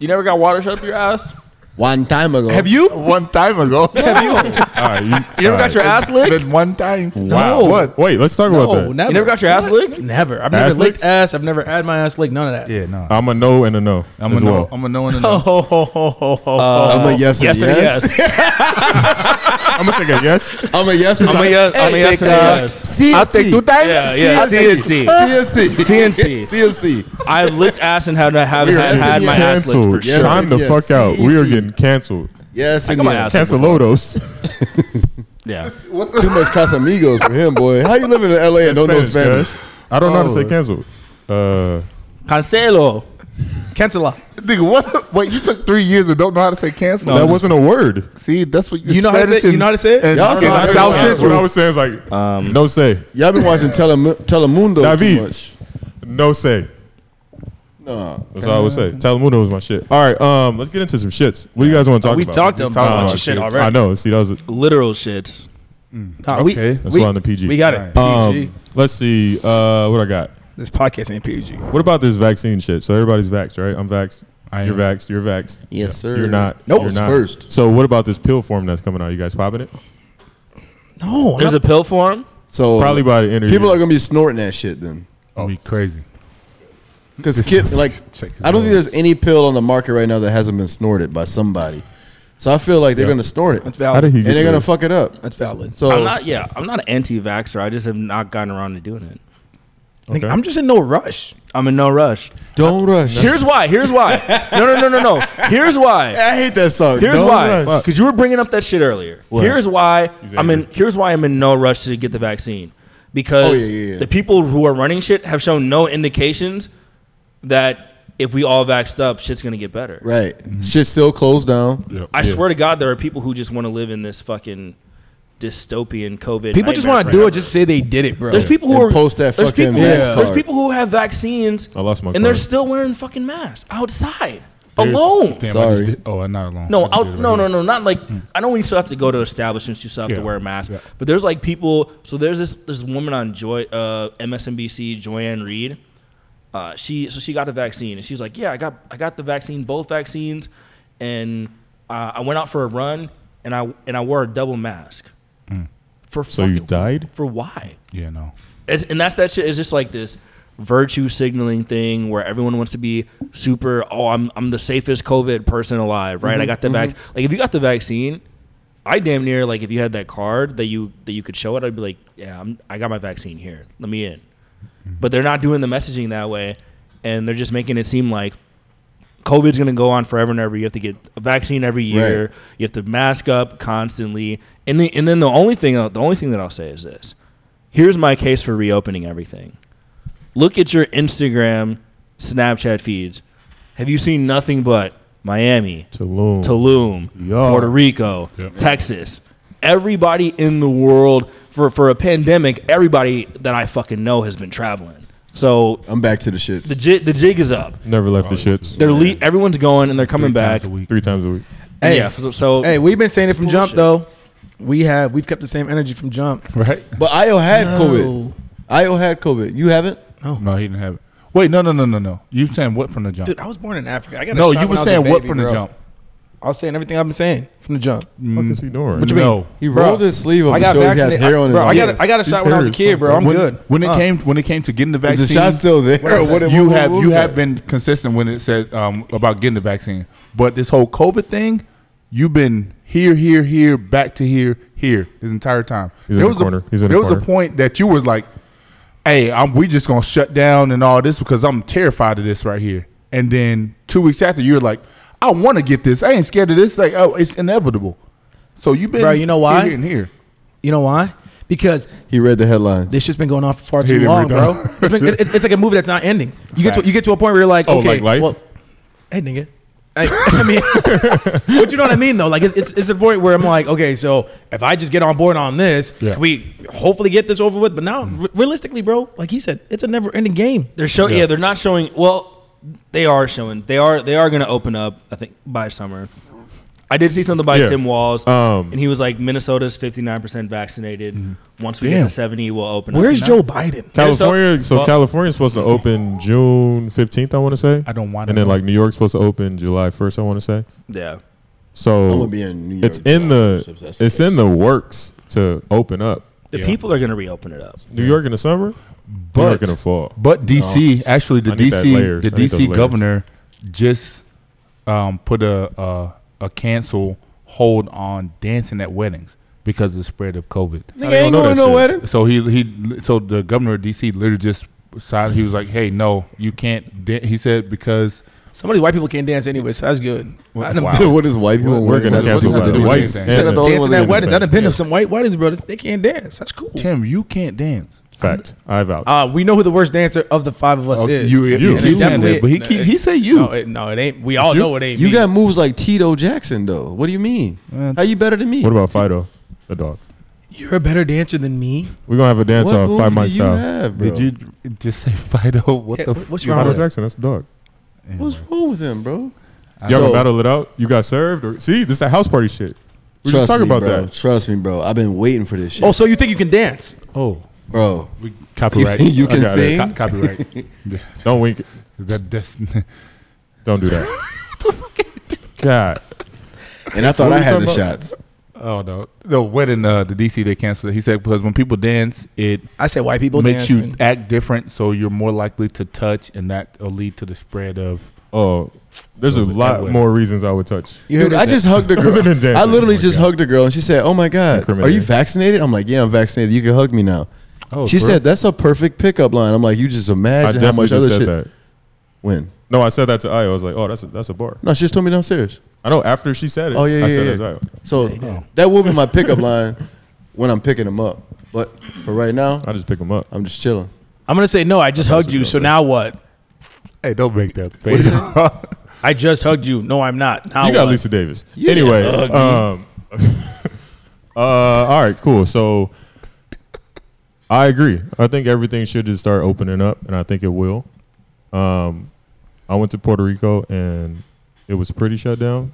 Speaker 4: You never got water shot up your ass.
Speaker 7: One time ago.
Speaker 6: Have you?
Speaker 8: One time ago.
Speaker 5: All right, you,
Speaker 4: You never got your ass licked.
Speaker 8: Been one time.
Speaker 5: Wow.
Speaker 8: What?
Speaker 5: Wait, let's talk about
Speaker 6: Oh,
Speaker 5: that.
Speaker 6: never.
Speaker 4: You never got your ass licked.
Speaker 6: Never. I've
Speaker 5: Ass
Speaker 6: never licked
Speaker 5: licks?
Speaker 6: ass. I've never had my ass licked. None of that.
Speaker 8: Yeah, no.
Speaker 5: I'm a no and a no.
Speaker 8: I'm
Speaker 5: as
Speaker 8: a no.
Speaker 5: well.
Speaker 8: I'm a no and a no.
Speaker 6: Ho, ho, ho, ho, ho.
Speaker 7: I'm a yes and
Speaker 4: Yes, and
Speaker 7: yes.
Speaker 4: a yes.
Speaker 5: I'm gonna take a yes.
Speaker 7: I'm a yes and
Speaker 4: I'm a yes. I'm a
Speaker 7: Hey,
Speaker 4: yes and a
Speaker 7: nigga.
Speaker 4: yes.
Speaker 7: CNC.
Speaker 8: I'll take two times.
Speaker 4: Yeah, yeah. CNC.
Speaker 7: CNC.
Speaker 4: CNC.
Speaker 7: CNC.
Speaker 4: I've licked ass and had have
Speaker 7: We are
Speaker 4: had, had my ass licked for
Speaker 5: canceled.
Speaker 4: sure.
Speaker 5: Time the
Speaker 7: Yes.
Speaker 5: fuck out. We are
Speaker 7: Easy.
Speaker 5: getting canceled.
Speaker 7: Yes and
Speaker 4: got my
Speaker 7: yes.
Speaker 4: ass.
Speaker 5: Cancel Lodos.
Speaker 4: Yeah.
Speaker 7: Too much Casamigos for him, boy. How you living in LA and don't know Spanish?
Speaker 5: guys. I don't know how to say
Speaker 8: Oh.
Speaker 5: canceled. Uh,
Speaker 4: Cancelo.
Speaker 6: Cancel out.
Speaker 8: Nigga, what? Wait, you took three years and don't know how to say cancel.
Speaker 5: that wasn't a word.
Speaker 8: See, that's what
Speaker 6: You know how to
Speaker 8: Spanish
Speaker 6: say- you
Speaker 8: and-
Speaker 6: know how to say it?
Speaker 8: and
Speaker 7: Y'all
Speaker 8: in
Speaker 7: say that.
Speaker 8: South
Speaker 7: Yeah.
Speaker 5: What I
Speaker 8: Central.
Speaker 5: was saying is like, no say,
Speaker 7: Y'all been watching Telemu- Telemundo
Speaker 5: David.
Speaker 7: too much.
Speaker 5: no say.
Speaker 7: Nah.
Speaker 5: That's all I would say. Telemundo was my shit. All right, um, let's get into some shits. What do you guys want to talk
Speaker 6: We
Speaker 5: about?
Speaker 6: talked about a
Speaker 8: talked
Speaker 6: bunch
Speaker 8: about
Speaker 6: of shit
Speaker 8: shit.
Speaker 5: I
Speaker 6: already.
Speaker 5: know. See, that was a,
Speaker 4: Literal shits.
Speaker 6: Nah, we-
Speaker 8: Okay.
Speaker 5: that's
Speaker 6: we-
Speaker 5: why I'm the PG.
Speaker 6: We got it. PG.
Speaker 5: Um, let's see. Uh, what I got.
Speaker 6: This podcast ain't PG.
Speaker 5: What about this vaccine shit? So everybody's vaxxed, right? I'm vaxxed.
Speaker 8: I am.
Speaker 5: You're vaxxed. You're vaxxed.
Speaker 7: Yes, sir.
Speaker 5: You're not.
Speaker 7: Nope.
Speaker 5: You're
Speaker 7: It's
Speaker 5: not.
Speaker 7: first.
Speaker 5: So what about this pill form that's coming out? You guys popping it?
Speaker 6: No,
Speaker 4: There's a pill for him.
Speaker 7: So
Speaker 5: Probably by the end of the
Speaker 7: people
Speaker 5: year.
Speaker 7: are gonna be snorting that shit then.
Speaker 8: That'd be crazy.
Speaker 7: Because kid, like,
Speaker 8: Check his
Speaker 7: I don't
Speaker 8: nose.
Speaker 7: think there's any pill on the market right now that hasn't been snorted by somebody. So I feel like they're
Speaker 5: Yeah.
Speaker 7: gonna snort it,
Speaker 6: That's
Speaker 7: and
Speaker 6: valid.
Speaker 5: How did he get
Speaker 7: they're gonna
Speaker 5: this?
Speaker 7: fuck it up.
Speaker 6: That's valid.
Speaker 7: So
Speaker 4: I'm not. Yeah, I'm not an anti-vaxxer. I just have not gotten around to doing it.
Speaker 6: Like,
Speaker 5: Okay.
Speaker 6: I'm just in no rush.
Speaker 4: I'm in no rush.
Speaker 7: don't rush.
Speaker 4: Here's why. Here's why. No, no, no, no, no. Here's why.
Speaker 7: I hate that song.
Speaker 4: Here's
Speaker 7: Don't
Speaker 4: why.
Speaker 7: rush.
Speaker 4: Because you were bringing up that shit earlier. Here's why I'm in.
Speaker 5: angry.
Speaker 4: Here's why I'm in no rush to get the vaccine. Because
Speaker 7: Oh, yeah, yeah, yeah.
Speaker 4: the people who are running shit have shown no indications that if we all vaxxed up, shit's gonna get better.
Speaker 7: Right. Shit still closed down.
Speaker 4: I swear to God, there are people who just want to live in this fucking dystopian COVID.
Speaker 6: People just
Speaker 4: nightmare
Speaker 6: want to do
Speaker 4: forever.
Speaker 6: it. Just say they did it, bro.
Speaker 4: There's people who
Speaker 7: And
Speaker 4: are
Speaker 7: post that
Speaker 4: there's
Speaker 7: fucking
Speaker 4: people,
Speaker 7: vax
Speaker 4: There's
Speaker 7: card.
Speaker 4: people who have vaccines.
Speaker 5: I lost my
Speaker 4: And they're
Speaker 5: card.
Speaker 4: still wearing fucking masks outside
Speaker 8: There's-
Speaker 4: alone.
Speaker 8: Damn, I
Speaker 7: Sorry.
Speaker 8: just did- oh, I'm not alone.
Speaker 4: No,
Speaker 8: I just
Speaker 4: out,
Speaker 8: did it right
Speaker 4: no, no,
Speaker 8: here.
Speaker 4: no, not like I know when you still have to go to establishments, you still have
Speaker 8: Yeah,
Speaker 4: to wear a mask.
Speaker 8: yeah.
Speaker 4: But there's like people. So there's this this woman on Joy uh, MSNBC, Joanne Reed. Uh, she so she got the vaccine and she's like, yeah, I got I got the vaccine, both vaccines, and uh, I went out for a run and I and I wore a double mask. For
Speaker 5: So you
Speaker 4: fucking-
Speaker 5: died?
Speaker 4: for why?
Speaker 8: Yeah, no.
Speaker 4: It's, and that's that shit. It's just like this virtue signaling thing where everyone wants to be super. Oh, I'm I'm the safest COVID person alive, right? I got the vaccine. Like if you got the vaccine, I damn near like if you had that card that you that you could show it, I'd be like, yeah, I'm I got my vaccine here. Let me in. But they're not doing the messaging that way, and they're just making it seem like. COVID's gonna go on forever and ever. You have to get a vaccine every year.
Speaker 7: Right.
Speaker 4: You have to mask up constantly. And the, and then the only thing the only thing that I'll say is this: here's my case for reopening everything. Look at your Instagram, Snapchat feeds. Have you seen nothing but Miami,
Speaker 5: Tulum.
Speaker 4: Tulum,
Speaker 5: Yeah.
Speaker 4: Puerto Rico,
Speaker 8: Yep.
Speaker 4: Texas? Everybody in the world for, for a pandemic, everybody that I fucking know has been traveling. So
Speaker 7: I'm back to the shits.
Speaker 4: the jig, the jig is up.
Speaker 5: Never left the shits.
Speaker 4: They're le- everyone's going and they're coming back.
Speaker 8: Times a week.
Speaker 5: Three times a week.
Speaker 6: Hey.
Speaker 4: yeah. So, so
Speaker 6: hey, we've been saying it
Speaker 4: It's
Speaker 6: from jump
Speaker 4: bullshit.
Speaker 6: though. We have we've kept the same energy from jump. Oh.
Speaker 8: Right?
Speaker 7: but Io had
Speaker 6: No.
Speaker 7: COVID. Io had COVID. You haven't?
Speaker 8: No, he didn't have it. Wait, no, no, no, no, no. You saying what from the jump?
Speaker 6: Dude, I was born in Africa. I got a
Speaker 8: no,
Speaker 6: shot
Speaker 8: you
Speaker 6: when
Speaker 8: were
Speaker 6: I was a
Speaker 8: saying what
Speaker 6: baby,
Speaker 8: from
Speaker 6: bro.
Speaker 8: the jump?
Speaker 6: I was saying everything I've been saying from the jump.
Speaker 5: What is he doing?
Speaker 6: What you
Speaker 8: no.
Speaker 6: mean?
Speaker 7: He
Speaker 6: Bro,
Speaker 7: rolled his sleeve up
Speaker 6: I
Speaker 7: and
Speaker 6: got
Speaker 7: showed he has
Speaker 6: vaccinated.
Speaker 7: hair on his
Speaker 6: bro, I
Speaker 7: arms.
Speaker 6: got a, I got a shot when I was a kid, bro. I'm
Speaker 8: when,
Speaker 6: good. Uh,
Speaker 8: When it
Speaker 6: Huh.
Speaker 8: came when it came to getting the
Speaker 7: Is
Speaker 8: vaccine,
Speaker 7: the shot still there? What- what-
Speaker 8: you
Speaker 7: what-
Speaker 8: have
Speaker 7: what
Speaker 8: you
Speaker 7: was
Speaker 8: have
Speaker 7: that?
Speaker 8: been consistent when it said um, about getting the vaccine. But this whole COVID thing, you've been here, here, here, back to here, here this entire time.
Speaker 5: He's in the
Speaker 8: was
Speaker 5: corner.
Speaker 8: A,
Speaker 5: He's in the
Speaker 8: there was
Speaker 5: corner.
Speaker 8: a point that you was like, "Hey, I'm, we just gonna shut down and all this because I'm terrified of this right here." And then two weeks after, you're like, "I want to get this. I ain't scared of this. Like, oh, it's inevitable." So you've been,
Speaker 6: Bro, you know why?
Speaker 8: Here, here and here.
Speaker 6: You know why? Because
Speaker 7: He read the headlines.
Speaker 6: this shit's been going on for far
Speaker 8: He
Speaker 6: too
Speaker 8: didn't
Speaker 6: long,
Speaker 8: read that.
Speaker 6: bro. It's, been, it's, it's like a movie that's not ending. You get to you get to a point where you're like,
Speaker 5: Oh,
Speaker 6: okay,
Speaker 5: like life?
Speaker 6: well, hey nigga. I, I mean, but you know what I mean, though. Like, it's, it's it's a point where I'm like, okay, so if I just get on board on this,
Speaker 5: Yeah.
Speaker 6: can we hopefully get this over with. But now, re- realistically, bro, like he said, it's a never-ending game.
Speaker 4: They're showing. Yeah. they're not showing. Well, they are showing. They are. They are going to open up. I think by summer. I did see something by
Speaker 5: Yeah.
Speaker 4: Tim Walls,
Speaker 5: Um,
Speaker 4: and he was like, "Minnesota's fifty nine percent vaccinated. Once we get
Speaker 5: Damn.
Speaker 4: to seventy, we'll open."
Speaker 6: Where's
Speaker 4: up.
Speaker 6: Joe Biden?
Speaker 5: California. So, California's supposed to open June fifteenth. I want to say.
Speaker 8: I don't want
Speaker 5: And
Speaker 8: to
Speaker 5: then
Speaker 8: know.
Speaker 5: like New York's supposed to open July first. I want to say.
Speaker 4: Yeah,
Speaker 5: So
Speaker 7: I'm gonna be in New York.
Speaker 5: it's in the it's in the works to open up.
Speaker 4: the people are going to reopen it up.
Speaker 5: New York in the summer, New York
Speaker 8: But-
Speaker 5: in the fall.
Speaker 8: But DC actually the
Speaker 5: I need that
Speaker 8: DC
Speaker 5: layers.
Speaker 8: the
Speaker 5: I need those
Speaker 8: DC
Speaker 5: layers.
Speaker 8: governor just um, put a, a a cancel hold on dancing at weddings because of the spread of COVID.
Speaker 7: Nigga ain't
Speaker 5: know
Speaker 7: going to
Speaker 5: that
Speaker 7: no
Speaker 5: shit.
Speaker 7: wedding.
Speaker 8: So he he so the governor of DC literally just signed. He was like, "Hey, no, you can't." Dan-. He said because
Speaker 6: Some of these white people can't dance anyway, so that's good. I done-
Speaker 7: what is white people
Speaker 5: We're
Speaker 7: wearing?
Speaker 5: gonna cancel
Speaker 7: What does that
Speaker 5: the
Speaker 7: do?
Speaker 5: whites
Speaker 8: anything.
Speaker 5: and
Speaker 7: Said that the
Speaker 5: the
Speaker 7: only
Speaker 6: dancing
Speaker 7: one that
Speaker 6: at weddings. I've
Speaker 7: understands.
Speaker 6: been to some white weddings, brothers. They can't dance. That's cool.
Speaker 8: Tim, you can't dance.
Speaker 5: fact. I vow.
Speaker 6: Uh, we know who the worst dancer of the five of us
Speaker 8: Oh,
Speaker 6: is.
Speaker 8: you you,
Speaker 5: You.
Speaker 8: you can
Speaker 6: Definitely-
Speaker 8: dance, but he keep, he said you.
Speaker 6: No, it, no, it ain't. We all
Speaker 5: you.
Speaker 6: know it ain't.
Speaker 7: You
Speaker 6: me.
Speaker 7: got moves like Tito Jackson though. What do you mean? How you better than me?
Speaker 5: what about Fido, the dog?
Speaker 6: You're a better dancer than me.
Speaker 5: We're gonna have a dance
Speaker 7: what
Speaker 5: off
Speaker 7: moves
Speaker 5: five
Speaker 7: do
Speaker 5: mic
Speaker 7: you
Speaker 5: style.
Speaker 7: have, bro?
Speaker 8: Did you just say Fido? What
Speaker 6: Yeah,
Speaker 8: the?
Speaker 6: wh- what's
Speaker 8: you-
Speaker 6: wrong
Speaker 5: Fido
Speaker 6: with
Speaker 5: Jackson, that's the dog.
Speaker 7: What's wrong with him, bro?
Speaker 5: Y'all
Speaker 7: So-
Speaker 5: gonna battle it out? You got served? Or, see, this is that house party shit. We just talking
Speaker 7: me,
Speaker 5: about
Speaker 7: bro.
Speaker 5: that.
Speaker 7: Trust me, bro. I've been waiting for this shit,
Speaker 6: Oh, so you think you can dance?
Speaker 8: Oh,
Speaker 7: bro.
Speaker 8: we,
Speaker 7: You,
Speaker 8: copyright.
Speaker 7: you
Speaker 5: I
Speaker 7: can
Speaker 5: got it.
Speaker 7: sing.
Speaker 8: Co- copyright. Yeah,
Speaker 5: Don't wink. it.
Speaker 8: that, that's,
Speaker 5: Don't do that. God,
Speaker 7: And I thought
Speaker 5: What
Speaker 7: I
Speaker 5: we
Speaker 7: had
Speaker 5: talking
Speaker 7: the
Speaker 5: about?
Speaker 7: shots.
Speaker 8: oh no, the wedding. Uh, the DC they canceled. it. He said because when people dance, it
Speaker 6: I say white people
Speaker 8: makes
Speaker 6: dance.
Speaker 8: you act different, so you're more likely to touch, and that will lead to the spread of
Speaker 5: Oh, there's a lot more reasons I would touch.
Speaker 6: You heard
Speaker 7: Dude,
Speaker 6: me
Speaker 7: I
Speaker 6: say-
Speaker 7: just hugged a girl.
Speaker 5: Other than dancing,
Speaker 7: I literally
Speaker 5: oh my
Speaker 7: just
Speaker 5: God.
Speaker 7: hugged a girl, and she said, "Oh my god, are you
Speaker 5: Incriminating.
Speaker 7: vaccinated?" I'm like, "Yeah, I'm vaccinated. You can hug me now."
Speaker 5: Oh,
Speaker 7: she
Speaker 5: for-
Speaker 7: said, "That's a perfect pickup line." I'm like, "You just
Speaker 5: I
Speaker 7: imagine how
Speaker 5: definitely
Speaker 7: much
Speaker 5: just
Speaker 7: other
Speaker 5: said
Speaker 7: shit."
Speaker 5: that.
Speaker 7: When?
Speaker 5: No, I said that to Io. I was like, oh, that's a, that's a bar.
Speaker 7: No, she just told me downstairs.
Speaker 5: I know after she said it.
Speaker 7: Oh yeah, yeah,
Speaker 5: I said
Speaker 7: yeah.
Speaker 5: that to Io.
Speaker 7: So that will be my pickup line when I'm picking them up. But for right now,
Speaker 5: I just pick him up.
Speaker 7: I'm just chilling.
Speaker 6: I'm gonna say no. I just hugged you. So now what?
Speaker 8: Hey, don't make that face.
Speaker 6: I just hugged you. No, I'm not. Now
Speaker 5: You got
Speaker 6: what?
Speaker 5: Lisa Davis. anyway, um, uh, all right, cool. So I agree. I think everything should just start opening up, and I think it will. Um, I went to Puerto Rico, and it was pretty shut down.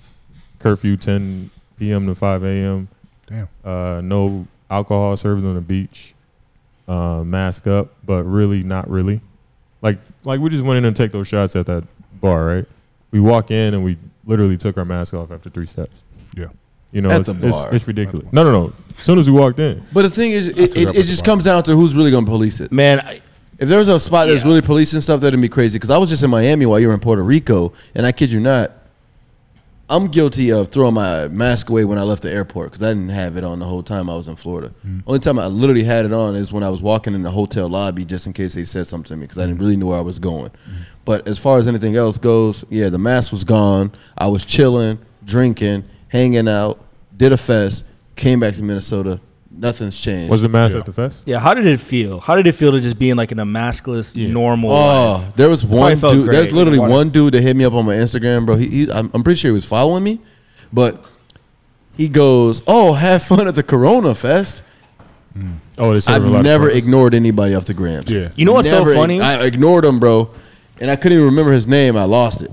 Speaker 5: Curfew 10 p.m. to 5 a.m.
Speaker 8: Damn.
Speaker 5: Uh, no alcohol served on the beach. Uh, mask up, but really not really. Like like we just went in and take those shots at that bar, right? We walk in and we literally took our mask off after three steps.
Speaker 8: Yeah.
Speaker 5: You know,
Speaker 7: At
Speaker 5: it's,
Speaker 7: the
Speaker 5: it's,
Speaker 7: bar.
Speaker 5: it's ridiculous. No, no, no. As soon as we walked in,
Speaker 7: But the thing is, it, it,
Speaker 5: that
Speaker 7: it
Speaker 5: was
Speaker 7: just
Speaker 5: fine.
Speaker 7: comes down to who's really going to police it.
Speaker 4: Man, I,
Speaker 7: If there was a spot that's
Speaker 4: Yeah.
Speaker 7: really policing stuff, that'd be crazy. Because I was just in Miami while you were in Puerto Rico, and I kid you not, I'm guilty of throwing my mask away when I left the airport because I didn't have it on the whole time I was in Florida. Only time I literally had it on is when I was walking in the hotel lobby just in case they said something to me because I didn't really know where I was going. But as far as anything else goes, yeah, the mask was gone. I was chilling, drinking, hanging out, did a fest, came back to Minnesota. Nothing's changed.
Speaker 5: was the mask at the fest?
Speaker 4: yeah. How did it feel? How did it feel to just being like in a maskless, normal? life?
Speaker 7: Oh, there was one
Speaker 4: felt
Speaker 7: dude. There's
Speaker 4: great.
Speaker 7: literally
Speaker 4: Water.
Speaker 7: one dude that hit me up on my Instagram, bro. He, he I'm, I'm pretty sure he was following me, but he goes, "Oh, have fun at the Corona Fest."
Speaker 5: Oh, they serve
Speaker 7: I've
Speaker 5: a lot of
Speaker 7: never
Speaker 5: purpose.
Speaker 7: ignored anybody off the grams.
Speaker 5: Yeah.
Speaker 4: You know what's
Speaker 7: Never
Speaker 4: so
Speaker 6: e-
Speaker 7: ig-
Speaker 4: funny?
Speaker 7: I ignored him, bro, and I couldn't even remember his name. I lost it.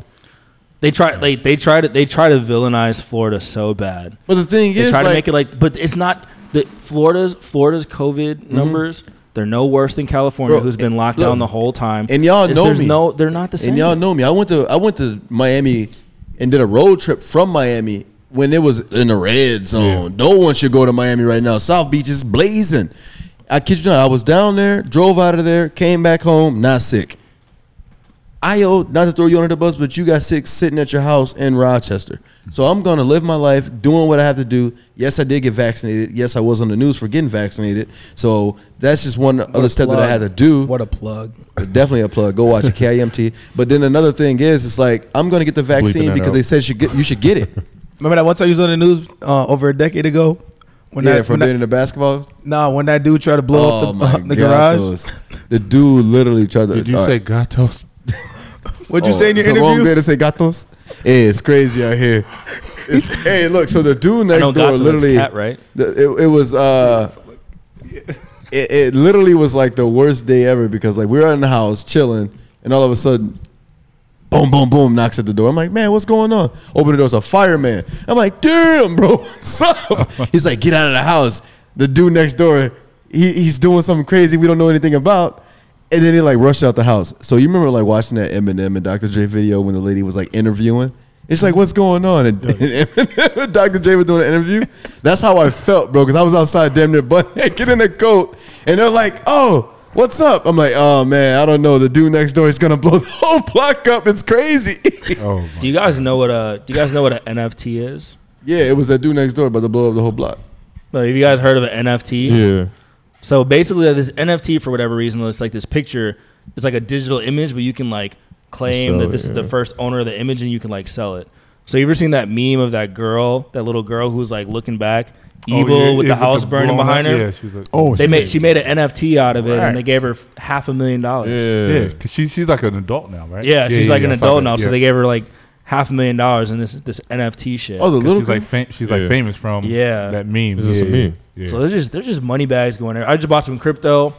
Speaker 4: they try, they they try to they try to villainize Florida so bad.
Speaker 7: But the thing
Speaker 4: They
Speaker 7: is,
Speaker 4: try
Speaker 7: like,
Speaker 4: to make it like, but it's not the Florida's Florida's COVID
Speaker 6: Mm-hmm.
Speaker 4: numbers. They're no worse than California,
Speaker 7: Bro,
Speaker 4: who's been
Speaker 7: and-
Speaker 4: locked
Speaker 7: look,
Speaker 4: down the whole time.
Speaker 7: and y'all
Speaker 4: It's-
Speaker 7: know
Speaker 4: there's
Speaker 7: me.
Speaker 4: no, they're not the same.
Speaker 7: and y'all know me. I went to I went to Miami and did a road trip from Miami when it was in the red zone. No one should go to Miami right now. South Beach is blazing. I kid you not. I was down there, drove out of there, came back home, not sick. Io, not to throw you under the bus, but you got sick sitting at your house in Rochester. So I'm gonna live my life doing what I have to do. Yes, I did get vaccinated. Yes, I was on the news for getting vaccinated. So that's just one other step that I had to do
Speaker 6: What a plug.
Speaker 7: definitely a plug. Go watch it, KIMT. But then another thing is, it's like I'm gonna get the vaccine
Speaker 5: that
Speaker 7: because
Speaker 5: out.
Speaker 7: they said you get you should get it.
Speaker 6: Remember that one time you was on the news uh, over a decade ago? When
Speaker 7: yeah,
Speaker 6: that,
Speaker 7: from
Speaker 6: when that-
Speaker 7: being in the basketball.
Speaker 6: nah, when that dude tried to blow
Speaker 7: Oh
Speaker 6: up the,
Speaker 7: my
Speaker 6: the garage.
Speaker 7: God, those- The dude literally tried to.
Speaker 8: Did you
Speaker 7: all
Speaker 8: say
Speaker 7: right.
Speaker 8: gatos?
Speaker 6: What'd
Speaker 4: Oh,
Speaker 6: you say in your
Speaker 7: it's the wrong
Speaker 6: interview?
Speaker 7: day to say gatos. Hey, it's crazy out here. It's, hey, look. So the dude next
Speaker 4: know
Speaker 7: door
Speaker 4: gato, that's
Speaker 7: literally,
Speaker 4: cat, right?
Speaker 7: the- it, it was. uh it, it literally was like the worst day ever because like we were in the house chilling, and all of a sudden, boom, boom, boom, knocks at the door. I'm like, man, what's going on? Open the door, it's a fireman. I'm like, damn, bro, what's up? He's like, get out of the house. The dude next door, he, he's doing something crazy we don't know anything about. And then he like rushed out the house. So you remember like watching that Eminem and Dr. Dre video when the lady was like interviewing? It's like, what's going on? And, and Eminem and Dr. Dre was doing an interview. That's how I felt, bro, because I was outside damn near butt naked in a coat. And they're like, oh, What's up? I'm like, oh man, I don't know. The dude next door is gonna blow the whole block up. It's crazy.
Speaker 8: Oh,
Speaker 4: Do you guys know what a Do you guys know what an NFT is?
Speaker 7: yeah, it was that dude next door about to blow up the whole block.
Speaker 4: Like, have you guys heard of an NFT?
Speaker 5: Yeah.
Speaker 4: So basically, this NFT for whatever reason looks like this picture. It's like a digital image, but you can like claim
Speaker 5: Sell
Speaker 4: that
Speaker 5: it,
Speaker 4: this is the
Speaker 5: yeah.
Speaker 4: first owner of the image, and you can like sell it. So you ever seen that meme of that girl, that little girl who's like looking back, evil
Speaker 8: Oh, yeah,
Speaker 4: with the
Speaker 8: yeah,
Speaker 4: house burning
Speaker 8: blown
Speaker 4: behind
Speaker 8: up-
Speaker 4: her?
Speaker 8: Yeah, she was like,
Speaker 5: Oh,
Speaker 4: they made she made an NFT out of it, and they
Speaker 8: Racks.
Speaker 4: gave her f- half a million dollars.
Speaker 5: yeah.
Speaker 8: yeah, because she, she's like an adult now, right?
Speaker 4: Yeah, she's like an
Speaker 8: I saw
Speaker 4: adult
Speaker 8: that,
Speaker 4: now, so
Speaker 8: yeah.
Speaker 4: they gave her like half a million dollars in this this NFT shit.
Speaker 7: Oh, the
Speaker 8: 'Cause
Speaker 7: little
Speaker 8: she's like fam- she's like
Speaker 5: Yeah.
Speaker 8: famous from
Speaker 4: Yeah.
Speaker 8: that meme.
Speaker 5: This is a
Speaker 8: yeah.
Speaker 5: meme.
Speaker 8: Yeah.
Speaker 4: So there's just there's just money bags going there. I just bought some crypto.